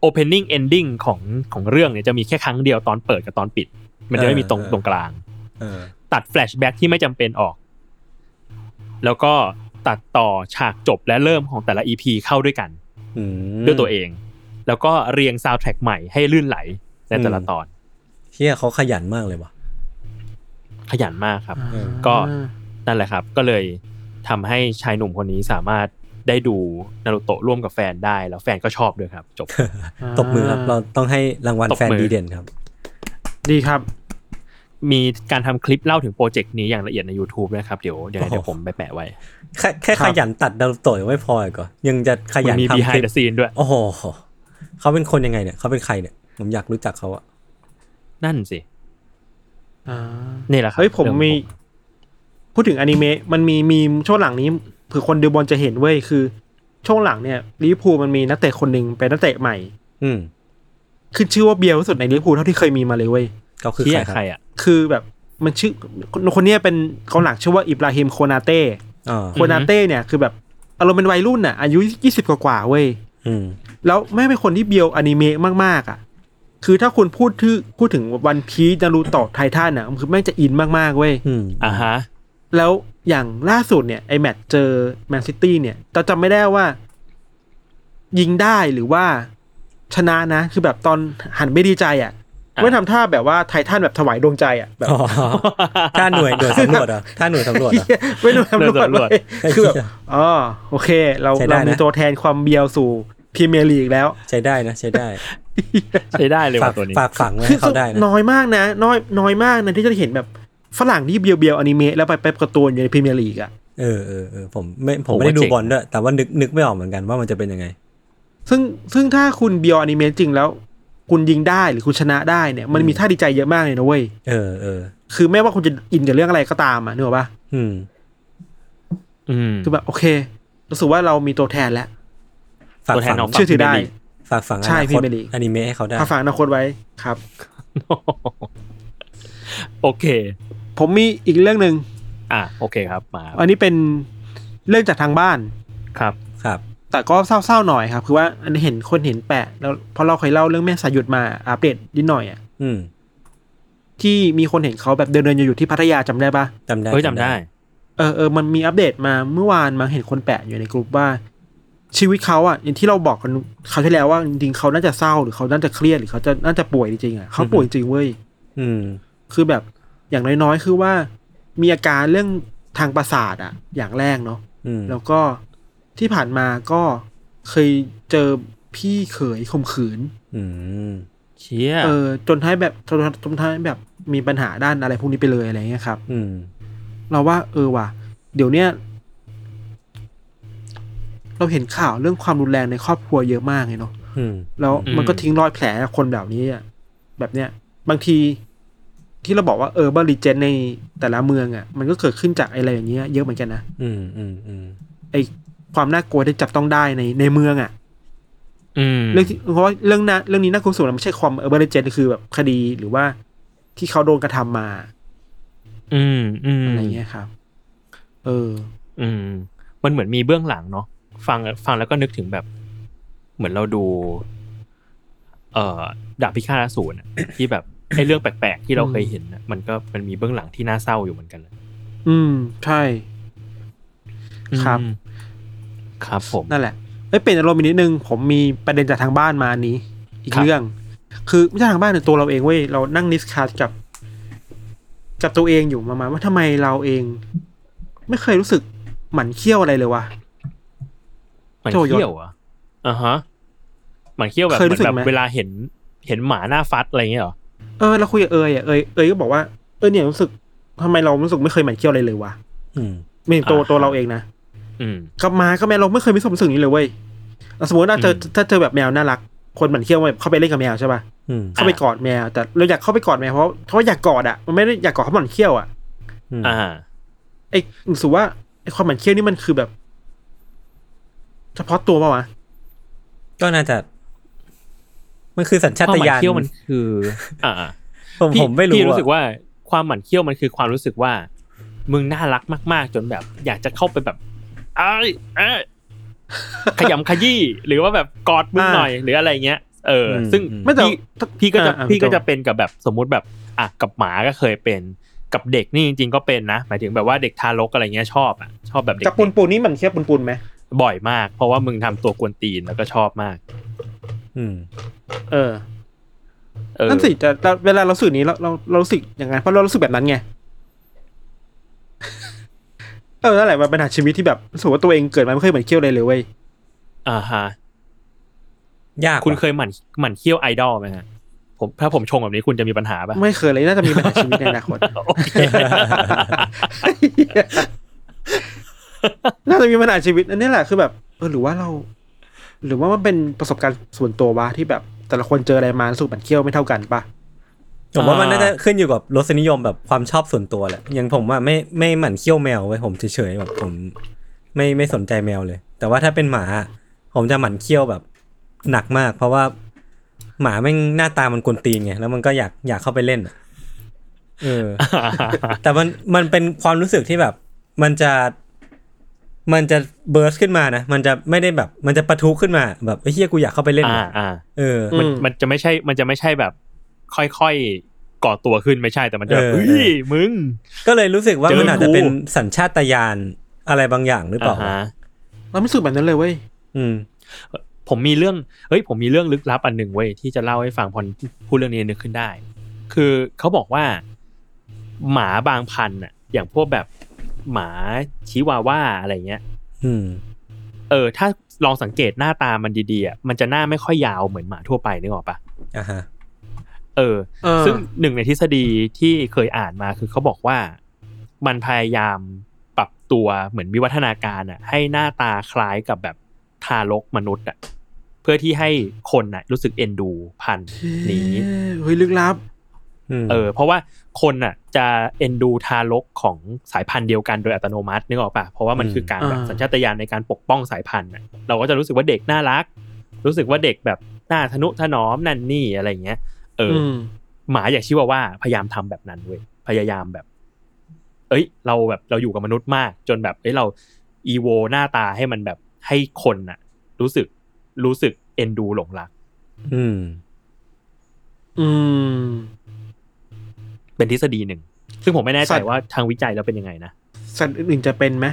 [SPEAKER 4] opening ending ของของเรื่องเนี่ยจะมีแค่ครั้งเดียวตอนเปิดกับตอนปิด มันจะไม่มีตรงตรงกลาง
[SPEAKER 2] เออ
[SPEAKER 4] ตัด flashback ที่ไม่จำเป็นออก แล้วก็ตัดต่อฉากจบและเริ่มของแต่ละ EP เข้าด้วยกัน
[SPEAKER 2] อืม
[SPEAKER 4] ด้วยตัวเอง แล้วก็เรียงซาว d t ท a c k ใหม่ให้ลื่นไหลในแต่ละตอน
[SPEAKER 2] เชี่ยเขาขยันมากเลยว่ะ
[SPEAKER 4] ขยันมากครับ
[SPEAKER 2] เออ
[SPEAKER 4] ก็ นั่นแหละครับ ก็เลยทำให้ชายหนุ่มคนนี้สามารถได้ดูนารูโตะร่วมกับแฟนได้ แล้วแฟนก็ชอบด้วยครับ จบ
[SPEAKER 3] า
[SPEAKER 2] ตบมือครับเราต้องให้รางวัล
[SPEAKER 4] ตบมือ
[SPEAKER 2] แฟนดีเด่นครับ
[SPEAKER 3] ดีครับ
[SPEAKER 4] มีการทำคลิปเล่าถึงโปรเจกต์นี้อย่างละเอียดใน YouTube นะครับ เดี๋ยวยังไง
[SPEAKER 2] โอ้โห
[SPEAKER 4] เดี๋ยวผมไปแปะไว้
[SPEAKER 2] แค่แค่
[SPEAKER 3] ครับ
[SPEAKER 2] ขยันตัดดาวโตะยังไม่พออีกเหรอยังจะข
[SPEAKER 4] มั
[SPEAKER 2] ยัน
[SPEAKER 4] นมี
[SPEAKER 2] ทำคลิ
[SPEAKER 4] behind
[SPEAKER 2] ป
[SPEAKER 4] the scene ด้วย
[SPEAKER 2] โอ้โหเขาเป็นคนยังไงเนี่ยเขาเป็นใครเนี่ย ผมอยากรู้จักเขาอะ
[SPEAKER 4] นั่นสิ
[SPEAKER 3] อ่า
[SPEAKER 4] นี่แหละครับ
[SPEAKER 3] เฮ้ยผม
[SPEAKER 4] รื่องของ
[SPEAKER 3] มี พูดถึงอนิเมะมันมีมีมช่วงหลังนี้เผื่อคนดูบอลจะเห็นเว้ยคือ ช่วงหลังเนี่ยลิเวอร์พูลมันมีนักเตะคนหนึ่งเป็นนักเตะใหม่
[SPEAKER 2] อืม
[SPEAKER 3] ขึ้นชื่อว่าเบียร์ที่สุดในลิเวอร์พูลเท่าที่เคยมีมาเลยเว้ย
[SPEAKER 2] เขาคือ
[SPEAKER 4] เชี่
[SPEAKER 2] ใครค
[SPEAKER 4] ยใคร
[SPEAKER 2] รับ
[SPEAKER 4] อ่ะ
[SPEAKER 3] คือแบบมันชื่อคนคนเนี้ยเป็นกองหลังชื่อว่าอิบราฮิมโคนาเต้
[SPEAKER 2] อ๋อ
[SPEAKER 3] โคนาเต้เนี่ยคือแบบอารมณ์เป็นวัยรุ่นน่ะอายุยี่สิบกว่าๆเว้ย
[SPEAKER 2] อืม
[SPEAKER 3] แล้วแม่งเป็นคนที่เบียวอนิเมะมาก ๆ อ่ะ คือถ้าคุณพูดถึงพูดถึงวันพีนารูโตะไททันอ่ะมันคือแม่งจะอินมาก ๆ เว้ย
[SPEAKER 2] อืม
[SPEAKER 4] อ่าฮะ
[SPEAKER 3] แล้วอย่างล่าสุดเนี่ย ไอแมตช์เจอแมนซิตี้เนี่ยเราจำไม่ได้ว่า ยิงได้หรือว่าชนะนะ คือแบบตอนหันไปดีใจอ่ะ
[SPEAKER 4] อ่ะ
[SPEAKER 3] ไม่ทำท่าแบบว่าไททันแบบถวายดวงใจอ่ะแบบ
[SPEAKER 2] อ๋อถ้าหน่วยหน่วยสำรวจเหรอ่ะถ้าหน่วยสำรวจเหรอ่ะ
[SPEAKER 3] ไม่รู้ทำรวจ เลยคือแบบอ๋อโอเค เรา
[SPEAKER 2] ใช้ได้
[SPEAKER 3] เรา
[SPEAKER 2] นะ
[SPEAKER 3] มีตัวแทนความเบียวสู่พรีเมียร์ลีกแล้ว
[SPEAKER 2] ใช้ได้นะใช้ได้
[SPEAKER 4] ใช้ได้เลย
[SPEAKER 2] ฝา
[SPEAKER 4] ว่ะ
[SPEAKER 2] ก
[SPEAKER 4] ตัวนี้
[SPEAKER 2] ฝากฝังไว้ให้เขาได้นะ
[SPEAKER 3] น้อยมากนะน้อยน้อยมากนะที่จะเห็นแบบฝรั่งที่เบียวเบียวๆอนิเมะแล้วไปไปการ์ตูนอยู่ในพรีเมียร์ลีกอะ
[SPEAKER 2] เออเออเออผมไม่ผม
[SPEAKER 4] ผม
[SPEAKER 2] ไม่ได้ดู
[SPEAKER 4] ว่าเจ๋ง
[SPEAKER 2] บอลด้วย แต่ว่านึกนึกไม่ออกเหมือนกันว่ามันจะเป็นยังไง
[SPEAKER 3] ซึ่งซึ่งถ้าคุณเบียวอนิเมะจริงแล้ว คุณยิงได้หรือคุณชนะได้เนี่ยมันมีท่าดีใจเยอะมากเลยนะเว้ย
[SPEAKER 2] เออเออ
[SPEAKER 3] คือไม่ว่าคุณจะอินกับเรื่องอะไรก็ตามอ่ะนึกออกปะ
[SPEAKER 2] อืม
[SPEAKER 4] อืม
[SPEAKER 3] คือแบบโอเค รู้สึกว่าเรามีตัวแทนแล้ว
[SPEAKER 2] ฝาก
[SPEAKER 4] ตัวแท
[SPEAKER 2] ฝั
[SPEAKER 4] น
[SPEAKER 2] ง
[SPEAKER 4] น้อง
[SPEAKER 3] เชื่อถือได้
[SPEAKER 4] Premier League
[SPEAKER 2] ฝากฝังอ
[SPEAKER 3] ใช่
[SPEAKER 2] นาคต
[SPEAKER 3] Premier League
[SPEAKER 2] อนิเมะให้เขาได้
[SPEAKER 3] ถ้าฝากอนาคตไว้ครับ
[SPEAKER 4] โอเค
[SPEAKER 3] ผมมีอีกเรื่องหนึ่ง
[SPEAKER 4] อ่ะโอเคครับมา
[SPEAKER 3] อันนี้เป็นเรื่องจากทางบ้าน
[SPEAKER 4] ครับ
[SPEAKER 2] ครับ
[SPEAKER 3] แต่ก็เศร้าๆหน่อยครับ คือว่าอันนี้เห็นคนเห็นแปะ แล้วเพราะเราเคยเล่าเรื่องแม่สายหยุดมาอัปเดตนิดหน่อยอ่ะ
[SPEAKER 2] อืม
[SPEAKER 3] ที่มีคนเห็นเขาแบบเดินเดินอยู่ๆที่พัทยาจำได้ปะ
[SPEAKER 2] จำได้
[SPEAKER 4] เฮ้ยจำได้
[SPEAKER 3] เออเออมันมีอัปเดตมาเมื่อวานมาเห็นคนแปะอยู่ในกลุ่มว่า ชีวิตเขาอ่ะอย่างที่เราบอกกันคราวที่แล้วว่าจริงๆเขาน่าจะเศร้าหรือเขาน่าจะเครียดหรือเขาจะน่าจะป่วยจริงๆอ่ะเขาป่วยจริงเว้ย
[SPEAKER 2] อืม
[SPEAKER 3] คือแบบอย่างน้อยๆ คือว่ามีอาการเรื่องทางประสาทอะอย่างแรกเนาะ
[SPEAKER 2] อืม
[SPEAKER 3] แล้วก็ที่ผ่านมาก็เคยเจอพี่เขยข่มขืน
[SPEAKER 2] อืม
[SPEAKER 4] เชี่ย
[SPEAKER 3] เออจนท้ายแบบจนจนท้ายแบบมีปัญหาด้านอะไรพวกนี้ไปเลยอะไรเงี้ยครับ
[SPEAKER 2] อืม
[SPEAKER 3] เราว่าเออว่ะ เดี๋ยวเนี้ยเราเห็นข่าวเรื่องความรุนแรงในครอบครัวเยอะมากเลยเนาะ
[SPEAKER 2] อืม
[SPEAKER 3] แล้วมันก็ทิ้งรอยแผลคนแบบนี้อะแบบเนี้ย บางทีที่เราบอกว่าเออร์บริเจนในแต่ละเมืองอ่ะ มันก็เกิดขึ้นจากอะไรอย่างเงี้ยเยอะเหมือนกันนะ
[SPEAKER 2] อืม อืม อืม
[SPEAKER 3] ไอความน่ากลัวที่จับต้องได้ในในเมืองอ่ะ
[SPEAKER 4] อืม
[SPEAKER 3] เรื่องที่เพราะว่าเรื่องน่าเรื่องนี้น่ากลัวสุดนะไม่ใช่ความเออร์บริเจนคือแบบคดีหรือว่าที่เขาโดนกระทำมา
[SPEAKER 4] อืมอืม
[SPEAKER 3] อะไรเงี้ยครับ เออ
[SPEAKER 4] อืมมันเหมือนมีเบื้องหลังเนาะฟังฟังแล้วก็นึกถึงแบบ เหมือนเราดู เอ่อดาบพิฆาตอสูรน่ะ ที่แบบไอ้เรื่องแปลกๆที่เราเคยเห็นน่ะมันก็มันมีเบื้องหลังที่น่าเศร้าอยู่เหมือนกันเลย
[SPEAKER 3] อืม ใช่ ครับ
[SPEAKER 4] อืมครับผม
[SPEAKER 3] นั่นแหละเอ้ยเปลี่ยนอารมณ์อีกนิดนึง ผมมีประเด็นจากทางบ้านมาอันนี้ อีก
[SPEAKER 4] ครับ
[SPEAKER 3] เรื่อง คือไม่ใช่ทางบ้านเนี่ยตัวเราเองเว้ย เรานั่งดิสคัสกับ กับตัวเองอยู่ประมาณว่าทำไมเราเอง ไม่เคยรู้สึกหมั่นเคี้ยวอะไรเลยวะ
[SPEAKER 4] มันเขี้ยวเหรอ่ะอ่าฮะมันเขี้ยวแบบ
[SPEAKER 3] เคย
[SPEAKER 4] เห
[SPEAKER 3] รู้
[SPEAKER 4] มือน
[SPEAKER 3] สึก
[SPEAKER 4] แบบ
[SPEAKER 3] ไหม
[SPEAKER 4] เวลาเห็นเห็นหมาหน้าฟัดอะไรอย่างเงี้ยเหรอ
[SPEAKER 3] เออเราคุยกับเอยอ่ะเอยเอยก็บอกว่าเออเนี่ยรู้สึกทำไมเรารู้สึกไม่เคยหมั่นเคี้ยวอะไรเลยวะ
[SPEAKER 2] อืม
[SPEAKER 3] ไม่ถึงตัวตัวเราเองนะ
[SPEAKER 4] อืม
[SPEAKER 3] กับหมาก็แมวเราไม่เคยมีความรู้สึกนี้เลยเว้ยอ่ะสมมติว่าเจอ
[SPEAKER 4] อืม
[SPEAKER 3] ถ้าเจอแบบแมวน่ารัก คนหมั่นเคี้ยวแบบเข้าไปเล่นกับแมวใช่ป่ะ
[SPEAKER 2] อืม
[SPEAKER 3] เข้าไปกอดแมว แต่เราอยากเข้าไปกอดแมวเพราะเพราะอยากกอดอ่ะมันไม่ได้อยากกอดเขาะหมันเขี้ยวอ่ะ
[SPEAKER 4] อ่า
[SPEAKER 3] ไอ้รู้สึกว่าไอ้ความหมันเขี้ยวนี่มันคือแบบ เฉพาะตัวป่าวะ
[SPEAKER 2] ก็น่าจะ มันคือสัญชา
[SPEAKER 4] ความ
[SPEAKER 2] ต
[SPEAKER 4] หมั่
[SPEAKER 2] ญาน ณ
[SPEAKER 4] เขี้ยวมันคือ อ่า
[SPEAKER 2] ผม
[SPEAKER 4] พี่
[SPEAKER 2] ผมไม่รู้
[SPEAKER 4] พี่รู้
[SPEAKER 2] อะ
[SPEAKER 4] สึกว่าความหมั่นเขี้ยวมันคือความรู้สึกว่า มึงน่ารักมาก ๆ จนแบบ อยากจะเข้าไปแบบเอ้ยเอ้ ยขยำขยี้หรือว่าแบบกอดมึงหน่อยหรืออะไรเงี้ยเออ
[SPEAKER 2] อืม
[SPEAKER 4] ซึ่ง
[SPEAKER 2] อืม
[SPEAKER 3] ไม่แต่
[SPEAKER 4] พี่พี่ก็จะ
[SPEAKER 3] อ่าอ่า
[SPEAKER 4] พี่ก็จะ
[SPEAKER 3] ไม่ตรง
[SPEAKER 4] เป็นกับแบบสมมุติแบบอ่ะกับหมาก็เคยเป็นกับเด็กนี่จริง ๆ ก็เป็นนะหมายถึงแบบว่าเด็กทารกอะไรเงี้ยชอบอ่ะชอบแบบเด็ก
[SPEAKER 3] กับปูนปูนนี่หมันเขี้ยวปูนปูนไหม
[SPEAKER 4] บ่อยมาก เพราะว่ามึงทำตัวกวนตีนแล้วก็ชอบมาก
[SPEAKER 2] อืม
[SPEAKER 3] เออ
[SPEAKER 4] เออ
[SPEAKER 3] นั่นสิแต่แต่เวลาเรารู้สื่อนี้เราเราเรารู้สึกอย่างไงเพราะเรารู้สึกแบบนั้นไง เออนั่นแหละมันเป็นปัญหาชีวิตที่แบบรู้สึกว่าตัวเองเกิดมาไม่เคยหมันเขี้ยวเลยเลยเว้ย
[SPEAKER 4] อ่าฮะ
[SPEAKER 2] ยาก
[SPEAKER 4] คุณ
[SPEAKER 2] ว่ะ
[SPEAKER 4] เคยหมั่นหมั่นเขี้ยวไอดอลไหมฮะผมถ้าผมชงแบบนี้คุณจะมีปัญหาปะ
[SPEAKER 3] ไม่เคยเลยน่าจะมีปัญหาชีวิตในอนาคต
[SPEAKER 4] โอเค
[SPEAKER 3] น่าจะมีปัญหาชีวิตอันนี้แหละคือแบบเออหรือว่าเรา หรือว่ามันเป็นประสบการณ์ส่วนตัววะที่แบบแต่ละคนเจออะไรมารู้สูบมันเคี้ยวไม่เท่ากันปะ
[SPEAKER 2] ผมว่ามัน
[SPEAKER 4] อ่า
[SPEAKER 2] น่าจะขึ้นอยู่กับรสนิยมแบบความชอบส่วนตัวแหละอย่างผมอะไม่ไม่หมั่นเขี้ยวแมวเว้ยผมเฉยๆแบบผม ไม่ไม่สนใจแมวเลย แต่ว่าถ้าเป็นหมาอะผมจะหมั่นเขี้ยวแบบ หนักมาก เพราะว่า หมาแม่งหน้าตามันกวนตีนไงแล้วมันก็อยากอยากเข้าไปเล่นอะเอ อ แต่มันมันเป็นความรู้สึกที่แบบ มันจะ มันจะเบิร์สขึ้นมานะมันจะไม่ได้แบบ มันจะประทุขึ้นมาแบบไอ้ยเฮียกูอยากเข้าไปเล่น
[SPEAKER 4] อ่า
[SPEAKER 2] ว่ะ
[SPEAKER 4] อ่า
[SPEAKER 2] เออ
[SPEAKER 4] มันมันจะไม่ใช่ มันจะไม่ใช่แบบ ค่อยๆก่อตัวขึ้นไม่ใช่แต่มันจะแบบ
[SPEAKER 2] เออ
[SPEAKER 4] เฮ้ยมึง
[SPEAKER 2] ก็เลยรู้สึกว่า
[SPEAKER 4] เจอ
[SPEAKER 2] มันอาจจะ
[SPEAKER 4] กู
[SPEAKER 2] เป็นสัญชาตญาณอะไรบางอย่างหรือเปล่า
[SPEAKER 4] อ่าฮะ
[SPEAKER 3] เราไม่รู้สึกแบบนั้นเลยเว้ย
[SPEAKER 2] อืม
[SPEAKER 4] ผมมีเรื่องเฮ้ยผมมีเรื่องลึกลับอันหนึ่งเว้ยที่จะเล่าให้ฟังพอพูดเรื่องนี้นึกขึ้นได้ คือเขาบอกว่า หมาบางพันธุ์น่ะ อย่างพวกแบบหมาชิวาว่าอะไรเงี้ย
[SPEAKER 2] อืม
[SPEAKER 4] เออ ถ้าลองสังเกตหน้าตามันดีๆอ่ะมันจะหน้าไม่ค่อยยาวเหมือนหมาทั่วไปนึกออกปะ
[SPEAKER 2] อ่าฮะ
[SPEAKER 4] เออ
[SPEAKER 3] เออ
[SPEAKER 4] ซึ่งหนึ่งในทฤษฎีที่เคยอ่านมาคือเขาบอกว่ามันพยายามปรับตัวเหมือนวิวัฒนาการอ่ะ ให้หน้าตาคล้ายกับแบบทารกมนุษย์อ่ะเพื่อที่ให้คนน่ะรู้สึกเอ็นดูพันธุ์นี้
[SPEAKER 3] เอ๊ะเฮ้ยลึกลับ
[SPEAKER 2] อืม
[SPEAKER 4] เออ เพราะว่าคนน่ะจะเอ็นดูทารกของสายพันธุ์เดียวกันโดยอัตโนมัตินึกออกปะเพราะว่ามันคือการแบบ
[SPEAKER 3] อ่า
[SPEAKER 4] สัญชาตญาณในการปกป้องสายพันธุ์น่ะเราก็จะรู้สึกว่าเด็กน่ารัก รู้สึกว่าเด็กแบบน่าทนุถนอมนั่นนี่อะไรอย่างเงี้ยเอออ
[SPEAKER 3] ม
[SPEAKER 4] หมาอย่างชิวาว่าพยายามทำแบบนั้นเว้ยพยายามแบบ เอ้ย เราแบบเราอยู่กับมนุษย์มาก จนแบบเอ้ยเราอีโวหน้าตาให้มันแบบให้คนน่ะ รู้สึกรู้สึกเอ็นดูหลงรัก
[SPEAKER 2] อืม
[SPEAKER 3] อืม
[SPEAKER 4] เป็นทฤษฎีหนึ่ง ซึ่งผมไม่แน่ใจ
[SPEAKER 3] สัตว์
[SPEAKER 4] ว่าทางวิจัยแล้วเป็นยังไงนะ
[SPEAKER 3] สัตว์อื่นๆจะเป็นไหม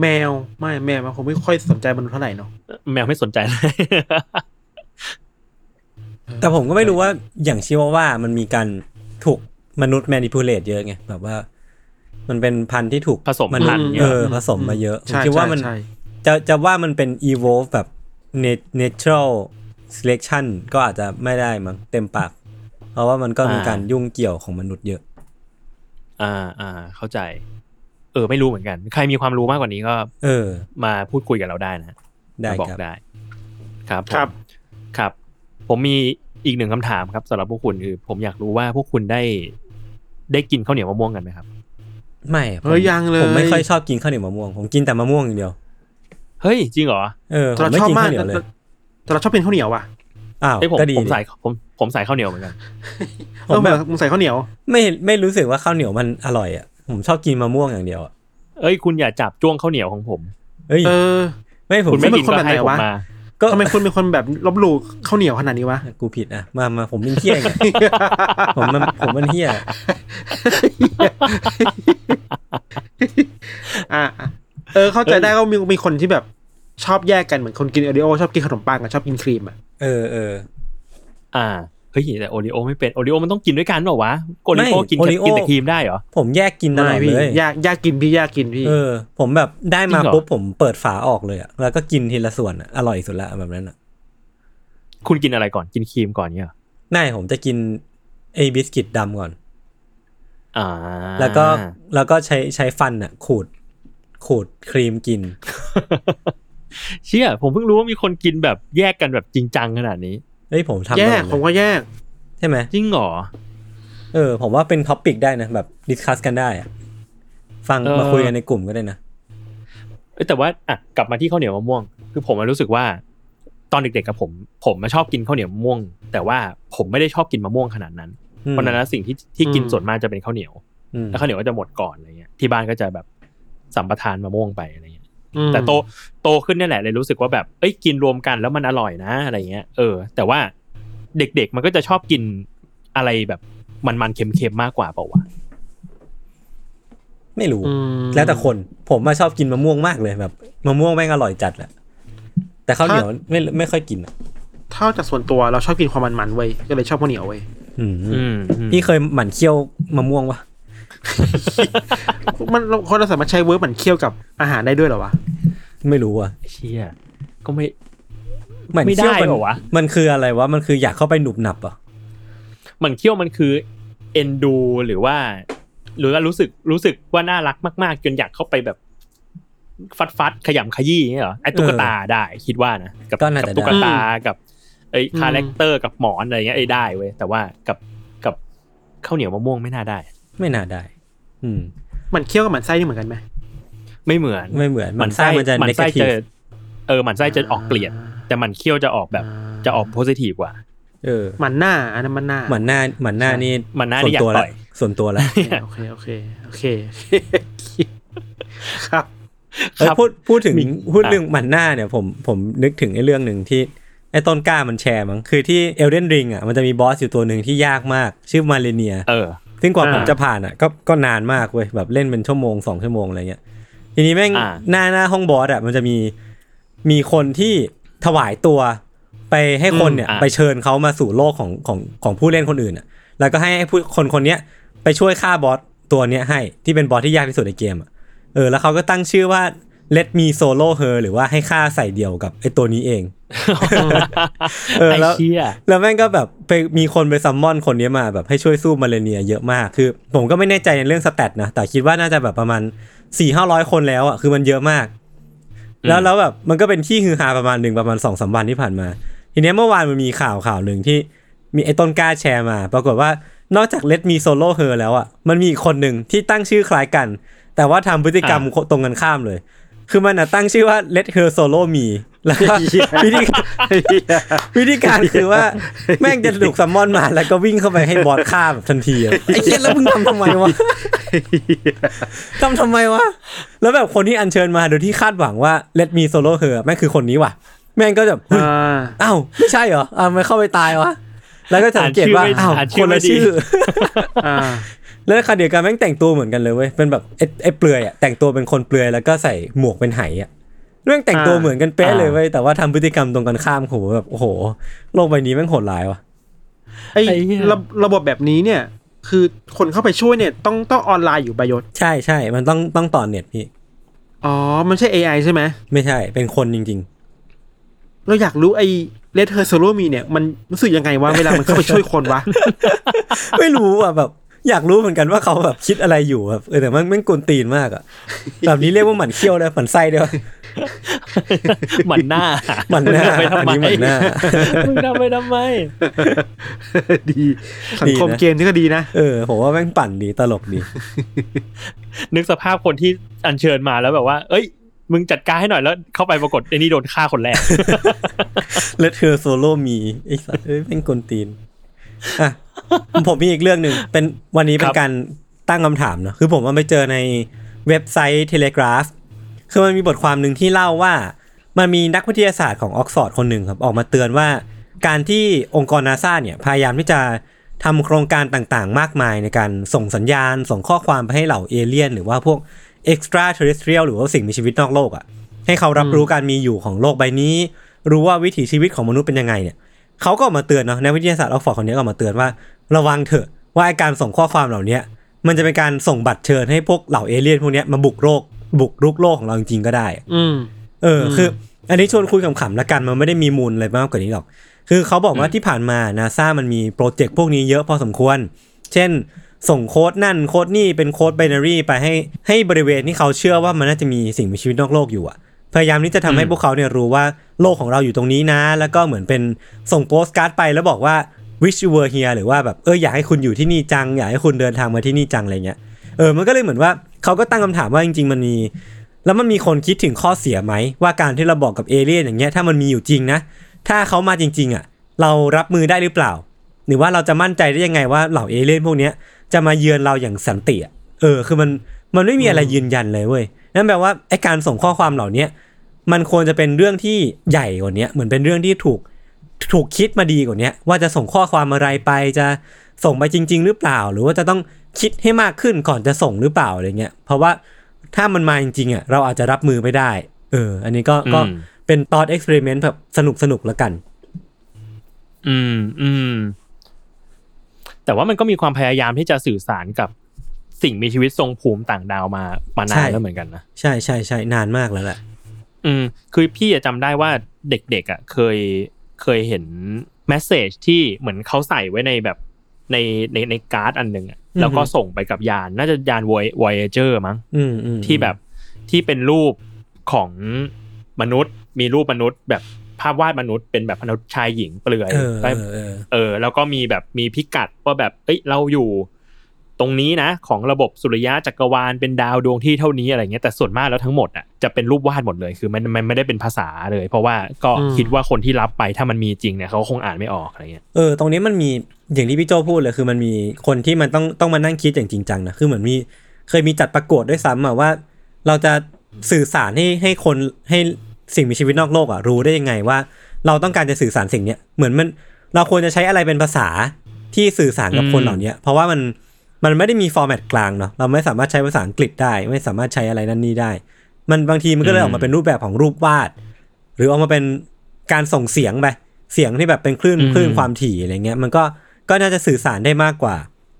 [SPEAKER 3] แมวไม่แมวมันคงไม่ค่อยสนใจมนุษย์เท่าไหร่เนาะ
[SPEAKER 4] แมวไม่สนใจเลย
[SPEAKER 2] แต่ผมก็ไม่รู้ว่าอย่างชิวาว่ามันมีการถูกมนุษย์แมนิพูเลตเยอะไงแบบว่า มันเป็นพันธุ์ที่ถูก
[SPEAKER 4] ผสม
[SPEAKER 2] ม
[SPEAKER 4] พั
[SPEAKER 2] นุษ
[SPEAKER 4] นธุ์
[SPEAKER 2] ย์
[SPEAKER 4] เยอะ
[SPEAKER 2] เออผสมมาเยอะผม
[SPEAKER 3] ใช่
[SPEAKER 2] คิดว่ามัน
[SPEAKER 3] ใช่ใช่
[SPEAKER 2] จะจะว่ามันเป็น evolve แบบ nat- natural selection ก็อาจจะไม่ได้มั้งเต็มปาก เพราะว่ามันก็มี
[SPEAKER 4] อ่า
[SPEAKER 2] การยุ่งเกี่ยวของมนุษย์เยอะ
[SPEAKER 4] อ่าอ่าเข้าใจ เออ ไม่รู้เหมือนกัน ใครมีความรู้มากกว่านี้ก็
[SPEAKER 2] เออ
[SPEAKER 4] มาพูดคุยกับเราได้นะฮะ
[SPEAKER 2] ได้
[SPEAKER 4] มาบอ
[SPEAKER 2] ค
[SPEAKER 4] ก
[SPEAKER 2] รับ
[SPEAKER 4] ได้ ครับผม
[SPEAKER 3] ครับ
[SPEAKER 4] ครับ ผมมีอีกหนึ่งคำถามครับสำหรับพวกคุณคือผมอยากรู้ว่าพวกคุณได้ ได้กินข้าวเหนียวมะม่วงกันไหมครับ
[SPEAKER 2] ไม่
[SPEAKER 3] เฮ้ย
[SPEAKER 2] ผม
[SPEAKER 3] ยังเลย
[SPEAKER 2] ผมไม่ค่อยชอบกินข้าวเหนียวมะม่วง ผมกินแต่มะม่วงอย่างเดียว
[SPEAKER 4] เฮ้ย จริงเหรอ
[SPEAKER 2] เออผ
[SPEAKER 3] แต่
[SPEAKER 2] ม
[SPEAKER 3] เรา
[SPEAKER 2] ไม่
[SPEAKER 3] ชอบ
[SPEAKER 2] กิน
[SPEAKER 3] มา
[SPEAKER 2] ข้าก วเหนียวเลย
[SPEAKER 3] แต่เราชอบเป็นข้าวเหนียวว่ะ
[SPEAKER 2] อ้าว
[SPEAKER 4] เอ้ยผม
[SPEAKER 2] ก็ดี
[SPEAKER 4] ผม
[SPEAKER 2] ดิ
[SPEAKER 4] ใส่ผมผมใส่ข้าวเหนียวเหมือนกัน
[SPEAKER 2] ผ
[SPEAKER 3] เออ
[SPEAKER 2] มแบบ
[SPEAKER 3] มึงใส่ข้าวเหนียว
[SPEAKER 2] ไม่ไม่รู้สึกว่าข้าวเหนียวมันอร่อยอ่ะ ผมชอบกินมะม่วงอย่างเดียวอะ
[SPEAKER 4] เอ้ย คุณอย่าจับจ้วงข้าวเหนียวของผม
[SPEAKER 2] เอ้ย
[SPEAKER 3] เออ
[SPEAKER 2] ไม่ผม
[SPEAKER 4] คุณไม่กิน
[SPEAKER 3] ผม
[SPEAKER 4] ก็
[SPEAKER 3] เป็นคนแบบ
[SPEAKER 4] ให้
[SPEAKER 3] ไหน
[SPEAKER 4] ผม
[SPEAKER 3] วะ
[SPEAKER 4] มา
[SPEAKER 2] ก็
[SPEAKER 3] ทำไมคุณเป็นคนแบบลบหลู่ข้าวเหนียวขนาดนี้ วะ
[SPEAKER 2] กูผิดอ่ะมามาผมเป็นเที่ยงอะ ผมมันผมมันเที่ย
[SPEAKER 3] อ่ะอ่ะเออ เข้าใจได้ว่ามีมีคนที่แบบชอบแยกกันเหมือนคนกินโอริโอชอบกินขนมปังกับชอบกินครีมอ่ะ
[SPEAKER 2] เออเออ
[SPEAKER 4] อ่าเฮ้ยแต่โอริโอไม่เป็นโอริโอมันต้องกินด้วยกันเปล่าวะโอริโอ
[SPEAKER 2] ไม่
[SPEAKER 4] กินกับ
[SPEAKER 2] Oreo
[SPEAKER 4] กินแต่ครีมได้เหรอ
[SPEAKER 2] ผมแยกกินตลอด
[SPEAKER 3] พี่
[SPEAKER 2] เลย
[SPEAKER 3] ยากยากกินพี่ยากกินพี่
[SPEAKER 2] เออ ผมแบบได้มา
[SPEAKER 4] จริงเหรอ
[SPEAKER 2] ปุ๊บผมเปิดฝาออกเลยอะแล้วก็กินทีละส่วนอะอร่อยสุดละแบบนั้นอะ
[SPEAKER 4] คุณกินอะไรก่อนกินครีมก่อนเนี่ยเหรอ
[SPEAKER 2] ไม่ผมจะกินไอบิสกิตดำก่อน
[SPEAKER 4] อ่า
[SPEAKER 2] แล้วก็แล้วก็ใช้ใช้ฟันอะขูด ขูดครีมกิน
[SPEAKER 4] เชี่ยผมเพิ่งรู้ว่ามีคนกินแบบแยกกันแบบจริงจังขนาดนี้
[SPEAKER 2] เอ้ยผมทำ
[SPEAKER 3] แยก
[SPEAKER 2] บ่อเล
[SPEAKER 3] ผมก็แยก
[SPEAKER 2] ใช่ไหม
[SPEAKER 4] จริงเหรอ
[SPEAKER 2] เออ ผมว่าเป็นท็อปิกได้นะแบบดิสคัสกันได้อะฟัง
[SPEAKER 4] เออ
[SPEAKER 2] มาคุยกันในกลุ่มก็ได้นะ
[SPEAKER 4] เอ้ยแต่ว่าอ่ะกลับมาที่ข้าวเหนียวมะม่วง คือผมอะรู้สึกว่า ตอนเด็กๆกับผม ผมมาชอบกินข้าวเหนียวมะม่วง แต่ว่าผมไม่ได้ชอบกินมะม่วงขนาดนั้น
[SPEAKER 2] อืม
[SPEAKER 4] เพราะฉะนั้นแล้วสิ่งที่ที่กิน
[SPEAKER 3] อืม
[SPEAKER 4] ส่วนมากจะเป็นข้าวเหนียว
[SPEAKER 2] อืม
[SPEAKER 4] แล้วข้าวเหนียวก็จะหมดก่อนอะไรเงี้ยที่บ้านก็จะแบบสัมปทานมะม่วงไปอะไรเงี้ย
[SPEAKER 3] อืม
[SPEAKER 4] แต่โตโตขึ้นเนี่ยแหละเลยรู้สึกว่าแบบเอ้ยกินรวมกันแล้วมันอร่อยนะอะไรเงี้ยเออ แต่ว่าเด็กๆมันก็จะชอบกินอะไรแบบมันๆเค็มๆมากกว่าเปล่าวะ
[SPEAKER 2] ไม่รู้
[SPEAKER 3] อืม
[SPEAKER 2] แล้วแต่คนผมมาชอบกินมะม่วงมากเลยแบบมะม่วงแม่งอร่อยจัดแหละแต่ข้าวเหนียวไม่ไม่ค่อยกินอะ
[SPEAKER 3] เท่าจากส่วนตัวเราชอบกินความมันมันๆเว้ยก็เลยชอบข้าวเหนียว เว้ย
[SPEAKER 2] อืม
[SPEAKER 4] อืม
[SPEAKER 2] พี่เคยหมั่นเคี้ยวมะม่วงปะ
[SPEAKER 3] มันเราคนเราสามารถใช้เวิร์บมันเคี่ยวกับอาหารได้ด้วยเหรอวะ
[SPEAKER 2] ไม่รู้อ่ะ
[SPEAKER 4] เชี่ยก็ไม่
[SPEAKER 2] เหมือน
[SPEAKER 4] ไม่ได้
[SPEAKER 2] เคี้ยวมัน
[SPEAKER 4] เหรอวะ
[SPEAKER 2] มันคืออะไรวะ มันคืออยากเข้าไปหนุบหนับเหรอ่ะ
[SPEAKER 4] มันเคี้ยวมันคือเอ็นดูหรือว่า หรือว่ารู้สึกรู้สึกว่าน่ารักมากๆ จนอยากเข้าไปแบบ ฟัดฟัดๆขยำขยี้อย่างเงี้ยเหรอไอ้ตุ๊กตาได้คิดว่านะกับ
[SPEAKER 2] ก็น่า
[SPEAKER 4] กับ
[SPEAKER 2] จะ
[SPEAKER 4] ตุ๊ก
[SPEAKER 2] ได้
[SPEAKER 4] ตากับไอ้
[SPEAKER 3] อืม
[SPEAKER 4] คาแรคเตอร์กับหมอนอะไรเงี้ยไอ้ยได้เว้ยแต่ว่ากับกับข้าวเหนียวมะม่วงไม่น่าได้
[SPEAKER 2] ไม่น่าได้ อืม
[SPEAKER 3] มันเคี่ยวกับมันไส้นี่เหมือนกันไหม
[SPEAKER 4] ไม่เหมือน
[SPEAKER 2] ไม่เหมือน
[SPEAKER 4] หมันไส้
[SPEAKER 2] มันจะ
[SPEAKER 4] หมันไส้จะ
[SPEAKER 2] negative
[SPEAKER 4] เออหมันไส้จะออกเกลียด แต่หมันเคี้ยวจะออกแบบจะออกโพสิทีฟกว่า
[SPEAKER 2] เออ
[SPEAKER 3] มันหน้าอันนั้นมันหน้า
[SPEAKER 2] หมันหน้าหมันหน้านี่
[SPEAKER 4] หมั่นหน้านี่
[SPEAKER 2] ส่วตัว
[SPEAKER 4] อยากต่
[SPEAKER 2] ละ
[SPEAKER 4] อย
[SPEAKER 2] ส่วนตัวละ
[SPEAKER 3] โอเคโอเคโอเคโอเค ครับ
[SPEAKER 2] เออ
[SPEAKER 4] ครับ
[SPEAKER 2] พูดพูดถึง
[SPEAKER 4] มี
[SPEAKER 2] พูด
[SPEAKER 4] อ่ะ
[SPEAKER 2] เรื่องหมันหน้าเนี่ยผมผมนึกถึงไอ้เรื่องหนึ่งที่ไอ้ต้นกล้ามันแชร์มั้งคือที่เอลเดนริงอ่ะมันจะมีบอสอยู่ตัวหนึ่งที่ยากมาก ชื่อมาเลเนีย
[SPEAKER 4] เออ
[SPEAKER 2] ซึ่งกว่า
[SPEAKER 3] อ่า
[SPEAKER 2] ผมจะผ่านอ่ะก็ก็นานมากเว้ยแบบเล่นเป็นชั่วโมงสองชั่วโมงอะไรเงี้ยทีนี้แม่ง
[SPEAKER 4] อ่า
[SPEAKER 2] หน้าหน้าห้องบอสอ่ะมันจะมีมีคนที่ถวายตัวไปให้คนเนี่ย ไปเชิญเขามาสู่โลกของของของผู้เล่นคนอื่นอ่ะ แล้วก็ให้ให้ผู้คนคนเนี้ยไปช่วยฆ่าบอสตัวเนี้ยให้ที่เป็นบอสที่ยากที่สุดในเกมอ่ะเออแล้วเขาก็ตั้งชื่อว่า let me solo her หรือว่าให้ฆ่าใส่เดียวกับไอ้ตัวนี้เอง เออ
[SPEAKER 4] ไอ้
[SPEAKER 2] แล้ว
[SPEAKER 4] เชี่ย
[SPEAKER 2] แล้วแม่งก็แบบไปมีคนไปซัมมอนคนนี้มาแบบให้ช่วยสู้มาเลเนียเยอะมาก คือ ผมก็ไม่แน่ใจในเรื่องสแตทนะ แต่คิดว่าน่าจะแบบประมาณสี่ห้าร้อยคนแล้วอ่ะคือมันเยอะมาก แล้วแล้วแบบมันก็เป็นที่ฮือฮาประมาณหนึ่งประมาณสองสามวันที่ผ่านมา ทีเนี้ยเมื่อวานมันมีข่าวข่าวหนึ่งที่มีไอ้ต้นกล้าแชร์มา ปรากฏว่านอกจากเลดมีโซโล่เฮอแล้วอ่ะมันมีอีกคนหนึ่งที่ตั้งชื่อคล้ายกัน แต่ว่าทำพฤติกรรมตรงกันข้ามเลย คือมันอ่ะตั้งชื่อว่า Let Her Solo Me แล้วก็วิธีการ วิธีการคือว่า แม่งจะถูกซัมมอนมา แล้วก็วิ่งเข้าไปให้บอสฆ่าแบบทันทีอะไอ้เหี้ยแล้วมึงทำทำไมวะทำทำไมวะ แล้วแบบคนที่อัญเชิญมาโดยที่คาดหวังว่าเลดมีโซโล่เฮอแม่งคือคนนี้ว่ะ แม่งก็จะเฮ้ย
[SPEAKER 3] อ่า
[SPEAKER 2] อ้าวไม่ใช่เหรออ้าวทำไม่เข้าไปตายวะ แล้วก็สังเกตว่าอ้าว
[SPEAKER 4] อ่าน
[SPEAKER 2] คนละ
[SPEAKER 4] ไม่ดี
[SPEAKER 2] ชื่อ
[SPEAKER 3] อ่า
[SPEAKER 2] แล้วคาเดียวกันแม่งแต่งตัวเหมือนกันเลยเว้ยเป็นแบบไอ้ไอ้เปลือยอะแต่งตัวเป็นคนเปลือยแล้วก็ใส่หมวกเป็นไหอะเรื่องแต่งตัว
[SPEAKER 3] อ่า
[SPEAKER 2] เหมือนกันเป๊ะเลย
[SPEAKER 4] อ่า
[SPEAKER 2] เว้ยแต่ว่าทำพฤติกรรมตรงกันข้ามโหแบบโอ้โห โลกใบนี้แม่งโหดร้ายว่ะ
[SPEAKER 3] ไอ้
[SPEAKER 4] ไอ้เหี้ย
[SPEAKER 3] ระระบบแบบนี้เนี่ย คือคนเข้าไปช่วยเนี่ยต้องต้องออนไลน์อยู่ใบยศ
[SPEAKER 2] ใช่ใช่มันต้องต้องต่อเน็ตพี่
[SPEAKER 3] อ๋อ มันใช่ AI ใช่ไหม
[SPEAKER 2] ไม่ใช่เป็นคนจริง
[SPEAKER 3] เราอยากรู้ไอ้เลเทอร์โซโลมีเนี่ย มันรู้สึกยังไงวะเวลามันเข้าไปช่วยคนวะ
[SPEAKER 2] ๆ ไม่รู้อ่ะแบบ อยากรู้เหมือนกันว่าเขาแบบคิดอะไรอยู่แบบเออแต่มันแม่งกวนตีนมากอ่ะ แบบนี้เรียกว่าหมันเขี้ยวได้หมันไส้ได้ปะ
[SPEAKER 4] หมันหน้า
[SPEAKER 2] หมั่นหน้า
[SPEAKER 4] ไปทำ
[SPEAKER 2] อันนี้
[SPEAKER 4] ไม
[SPEAKER 2] หมั่นหน้า
[SPEAKER 4] มึงทำไปทำไม
[SPEAKER 3] ดีสังคม
[SPEAKER 2] ดีนะ
[SPEAKER 3] เกมนี่ก็ดีนะ
[SPEAKER 2] เออผมว่าแม่งปั่นดีตลกดี
[SPEAKER 4] นึกสภาพคนที่อัญเชิญมาแล้วแบบว่า เอ้ย มึงจัดการให้หน่อยแล้ว เข้าไปปรากฏไอ้นี่โดนฆ่าคนแรก
[SPEAKER 2] เลเธอโซโลมีไอ้สัสเอ้ยเป็นกวนตีนอ่ะผมมีอีกเรื่องหนึ่งเป็นวันนี้เป็
[SPEAKER 4] ครั
[SPEAKER 2] น
[SPEAKER 4] บ
[SPEAKER 2] การตั้งคำถามเนอะคือผมว่าไปเจอในเว็บไซต์ Telegraph คือมันมีบทความหนึ่งที่เล่าว่า มันมีนักวิทยาศาสตร์ของออกซฟอร์ดคนหนึ่งครับ ออกมาเตือนว่า การที่องค์กรนาซาเนี่ย พยายามที่จะทำโครงการต่างๆ มากมายในการส่งสัญญาณ ส่งข้อความไปให้เหล่าเอเลี่ยน หรือว่าพวก extraterrestrial หรือว่าสิ่งมีชีวิตนอกโลกอะ่ะ ให้เขารับรู้การมีอยู่ของโลกใบนี้ รู้ว่าวิถีชีวิตของมนุษย์เป็นยังไงเนี่ย เขาก็ออกมาเตือนเนาะนักวิทยาศาสตร์ออกฟอร์ดคนนี้ก็ออกมาเตือนว่า ระวังเถอะว่าไอ้การส่งข้อความเหล่าเนี้ย มันจะเป็นการส่งบัตรเชิญให้พวกเหล่าเอเลี่ยนพวกเนี้ยมาบุกโลกบุกรุกโลกของเราจริงๆก็ได้
[SPEAKER 3] อืม
[SPEAKER 2] เอออ
[SPEAKER 3] ม
[SPEAKER 2] คืออันนี้ชวนคุยขำๆละกันมันไม่ได้มีมูลอะไรมากกว่านี้หรอก คือเขาบอกว่าที่ผ่านมานาซามันมีโปรเจกต์พวกนี้เยอะพอสมควร เช่น ส่งโค้ดนั่นโค้ดนี่เป็นโค้ดไบนารีไปให้ให้บริเวณที่เขาเชื่อว่ามันน่าจะมีสิ่งมีชีวิตนอกโลกอยู่อะพยายามที่จะทำให้พวกเขาเนี่ยรู้ว่าโลกของเราอยู่ตรงนี้นะ แล้วก็เหมือนเป็นส่งโปสการ์ดไปแล้วบอกว่า wish you were here หรือว่าแบบเอออยากให้คุณอยู่ที่นี่จังอยากให้คุณเดินทางมาที่นี่จังอะไรเงี้ย เออ มันก็เลยเหมือนว่าเขาก็ตั้งคำถามว่าจริง ๆ มันมี แล้วมันมีคนคิดถึงข้อเสียไหม ว่าการที่เราบอกกับเอเลี่ยนอย่างเงี้ยถ้ามันมีอยู่จริงนะ ถ้าเขามาจริง ๆ อ่ะ เรารับมือได้หรือเปล่า หรือว่าเราจะมั่นใจได้ยังไงว่าเหล่าเอเลี่ยนพวกเนี้ยจะมาเยือนเราอย่างสันติอ่ะเออ คือมันมันไม่มีอะไรยืนยันเลยเว้ยนั่นแปลว่าไอการส่งข้อความเหล่าเนี้ยมันควรจะเป็นเรื่องที่ใหญ่กว่าเนี้ยเหมือนเป็นเรื่องที่ถูก ถูกคิดมาดีกว่าเนี้ยว่าจะส่งข้อความอะไรไปจะส่งไปจริง ๆ หรือเปล่า หรือว่าจะต้องคิดให้มากขึ้นก่อนจะส่งหรือเปล่าอะไรเงี้ยเพราะว่าถ้ามันมาจริงๆอ่ะเราอาจจะรับมือไม่ได้ เออ อันนี้ก็ก็
[SPEAKER 4] อืม
[SPEAKER 2] เป็นตอนเอ็กซ์เพร์เมนต์แบบสนุกสนุกๆแล้วกัน
[SPEAKER 4] อืมอืม แต่ว่ามันก็มีความพยายามที่จะสื่อสารกับสิ่งมีชีวิตทรงภูมิต่างดาวมามานานแล้วเหมือนกันนะ
[SPEAKER 2] ใช่ใช่ใช่นานมากแล้วแหละ
[SPEAKER 4] อืมคือพี่อะจำได้ว่าเด็กๆอ่ะเคยเคยเห็นแมสเซจที่เหมือนเขาใส่ไว้ในแบบในในในการ์ดอันหนึ่งอะแล้วก็ส่งไปกับยาน น่าจะยาน Voy- Voyager มั้ง
[SPEAKER 2] อืมอืม
[SPEAKER 4] ที่แบบที่เป็นรูปของมนุษย์ มีรูปมนุษย์ แบบภาพวาดมนุษย์เป็นแบบมนุษย์ชายหญิงเปลือย
[SPEAKER 2] เออ
[SPEAKER 4] ไป
[SPEAKER 2] เออเออ
[SPEAKER 4] เออ แล้วก็มีแบบมีพิกัดว่าแบบเอ้ยเราอยู่ตรงนี้นะ ของระบบสุริยะจักรวาลเป็นดาวดวงที่เท่านี้อะไรเงี้ยแต่ส่วนมากแล้วทั้งหมดอ่ะจะเป็นรูปวาดหมดเลยคือมันมันไม่ได้เป็นภาษาเลย เพราะว่าก็
[SPEAKER 3] อืม
[SPEAKER 4] คิดว่าคนที่รับไปถ้ามันมีจริงเนี่ยเขาคงอ่านไม่ออกอะไรเงี้ย
[SPEAKER 2] เออ ตรงนี้มันมีอย่างที่พี่โจพูดเลยคือมันมีคนที่มันต้องต้องมานั่งคิดอย่างจริงจังนะ คือเหมือนมีเคยมีจัดประกวดด้วยซ้ำอะว่า เราจะสื่อสารให้ให้คนให้สิ่งมีชีวิตนอกโลกอะรู้ได้ยังไงว่า เราต้องการจะสื่อสารสิ่งเนี้ยเหมือนมันเราควรจะใช้อะไรเป็นภาษาที่สื่อสารกับ
[SPEAKER 4] อืม
[SPEAKER 2] คนเหล่าเนี้ยเพราะว่ามันมันไม่ได้มีฟอร์แมตกลางเนาะเราไม่สามารถใช้ภาษาอังกฤษได้ ไม่สามารถใช้อะไรนั่นนี่ได้ มันบางทีมันก็เลยออกมาเป็นรูปแบบของรูปวาด หรือออกมาเป็นการส่งเสียงไปเสียงที่แบบเป็นคลื่น
[SPEAKER 4] อืม
[SPEAKER 2] คลื่นความถี่อะไรเงี้ยมันก็ก็น่าจะสื่อสารได้มากกว่า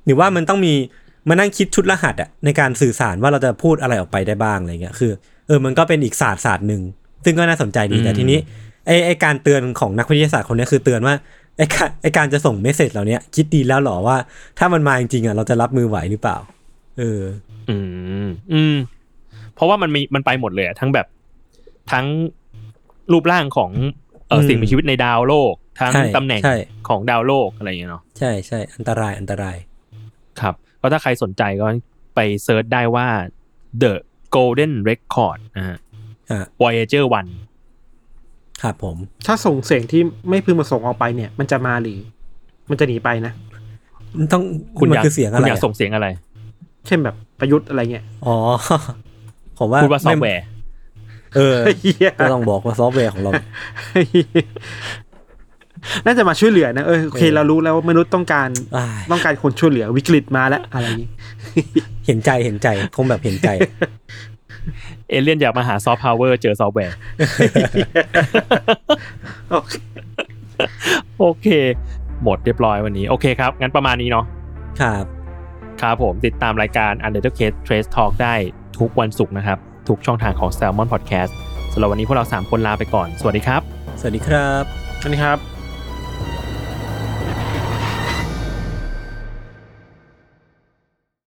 [SPEAKER 2] หรือว่ามันต้องมีมานั่งคิดชุดรหัสอะในการสื่อสารว่าเราจะพูดอะไรออกไปได้บ้างอะไรเงี้ยคือเออมันก็เป็นอีกศาสตร์ศาสตร์หนึ่งซึ่งก็น่าสนใจดีแต่ทีนี้ไอไอการเตือนของนักวิทยาศาสตร์คนเนี้ย คือเตือนว่าไอการไอการจะส่งเมสเซจเหล่าเนี้ยคิดดีแล้วเหรอว่า ถ้ามันมาจริงๆอะเราจะรับมือไหวหรือเปล่า เออ
[SPEAKER 4] อืมอืม เพราะว่ามันมีมันไปหมดเลยอะทั้งแบบทั้งรูปร่างของเออ
[SPEAKER 2] อืม
[SPEAKER 4] สิ่งมีชีวิตในดาวโลก ทั้ง
[SPEAKER 2] ใช่
[SPEAKER 4] ตำแหน่ง
[SPEAKER 2] ใช่
[SPEAKER 4] ของดาวโลกอะไรอย่างเงี้ยเนาะ
[SPEAKER 2] ใช่ใช่อันตรายอันตราย
[SPEAKER 4] ครับก็ถ้าใครสนใจก็ไปเซิร์ชได้ว่า The Golden Record นะฮะ
[SPEAKER 2] อ่ะ
[SPEAKER 4] Voyager 1
[SPEAKER 2] ครับผม
[SPEAKER 3] ถ้าส่งเสียงที่ไม่พึงประสงค์ออกไปเนี่ย มันจะมาหรือ มันจะหนีไปนะ
[SPEAKER 2] ต้อง
[SPEAKER 4] คุณ
[SPEAKER 2] มัน
[SPEAKER 4] อยาก
[SPEAKER 2] คือเสียงอะ
[SPEAKER 4] คุณ
[SPEAKER 2] ไร
[SPEAKER 4] อยาก
[SPEAKER 2] อะ
[SPEAKER 4] ส่งเสียงอะไร
[SPEAKER 3] เช่นแบบประยุทธ์อะไรเงี้ย
[SPEAKER 2] อ๋อ ผมว่า
[SPEAKER 4] พูดว่าซอฟต์แว
[SPEAKER 2] ไม่
[SPEAKER 4] ร์
[SPEAKER 2] เออ
[SPEAKER 3] เฮีย
[SPEAKER 2] ก็ต้องบอกว่าซอฟต์แวร์ของเรา
[SPEAKER 3] น่าจะมาช่วยเหลือนะเออโอเค
[SPEAKER 2] เออ
[SPEAKER 3] เรารู้แล้วว่ามนุษย์ต้องการ
[SPEAKER 2] อ้าย
[SPEAKER 3] ต้องการคนช่วยเหลือวิกฤตมาแล้วอะไรอย่างงี้
[SPEAKER 2] เห็นใจเห็นใจคงแบบเห็นใจ
[SPEAKER 4] เอเลี่ยนอยากมาหาซอฟต์พาวเวอร์เจอซอฟ ต์แวร์
[SPEAKER 3] โอเค
[SPEAKER 4] โอเค หมดเรียบร้อยวันนี้ โอเคครับ งั้นประมาณนี้เนาะ
[SPEAKER 2] ครับ
[SPEAKER 4] ครับผมติดตามรายการ Undertale Case Trace Talk ได้ทุกวันศุกร์นะครับ ทุกช่องทางของ Salmon Podcast สำหรับวันนี้พวกเรา 3 คนลาไปก่อน สวัสดีครับ
[SPEAKER 2] สวัสดีครับ
[SPEAKER 3] อันนี้ครับ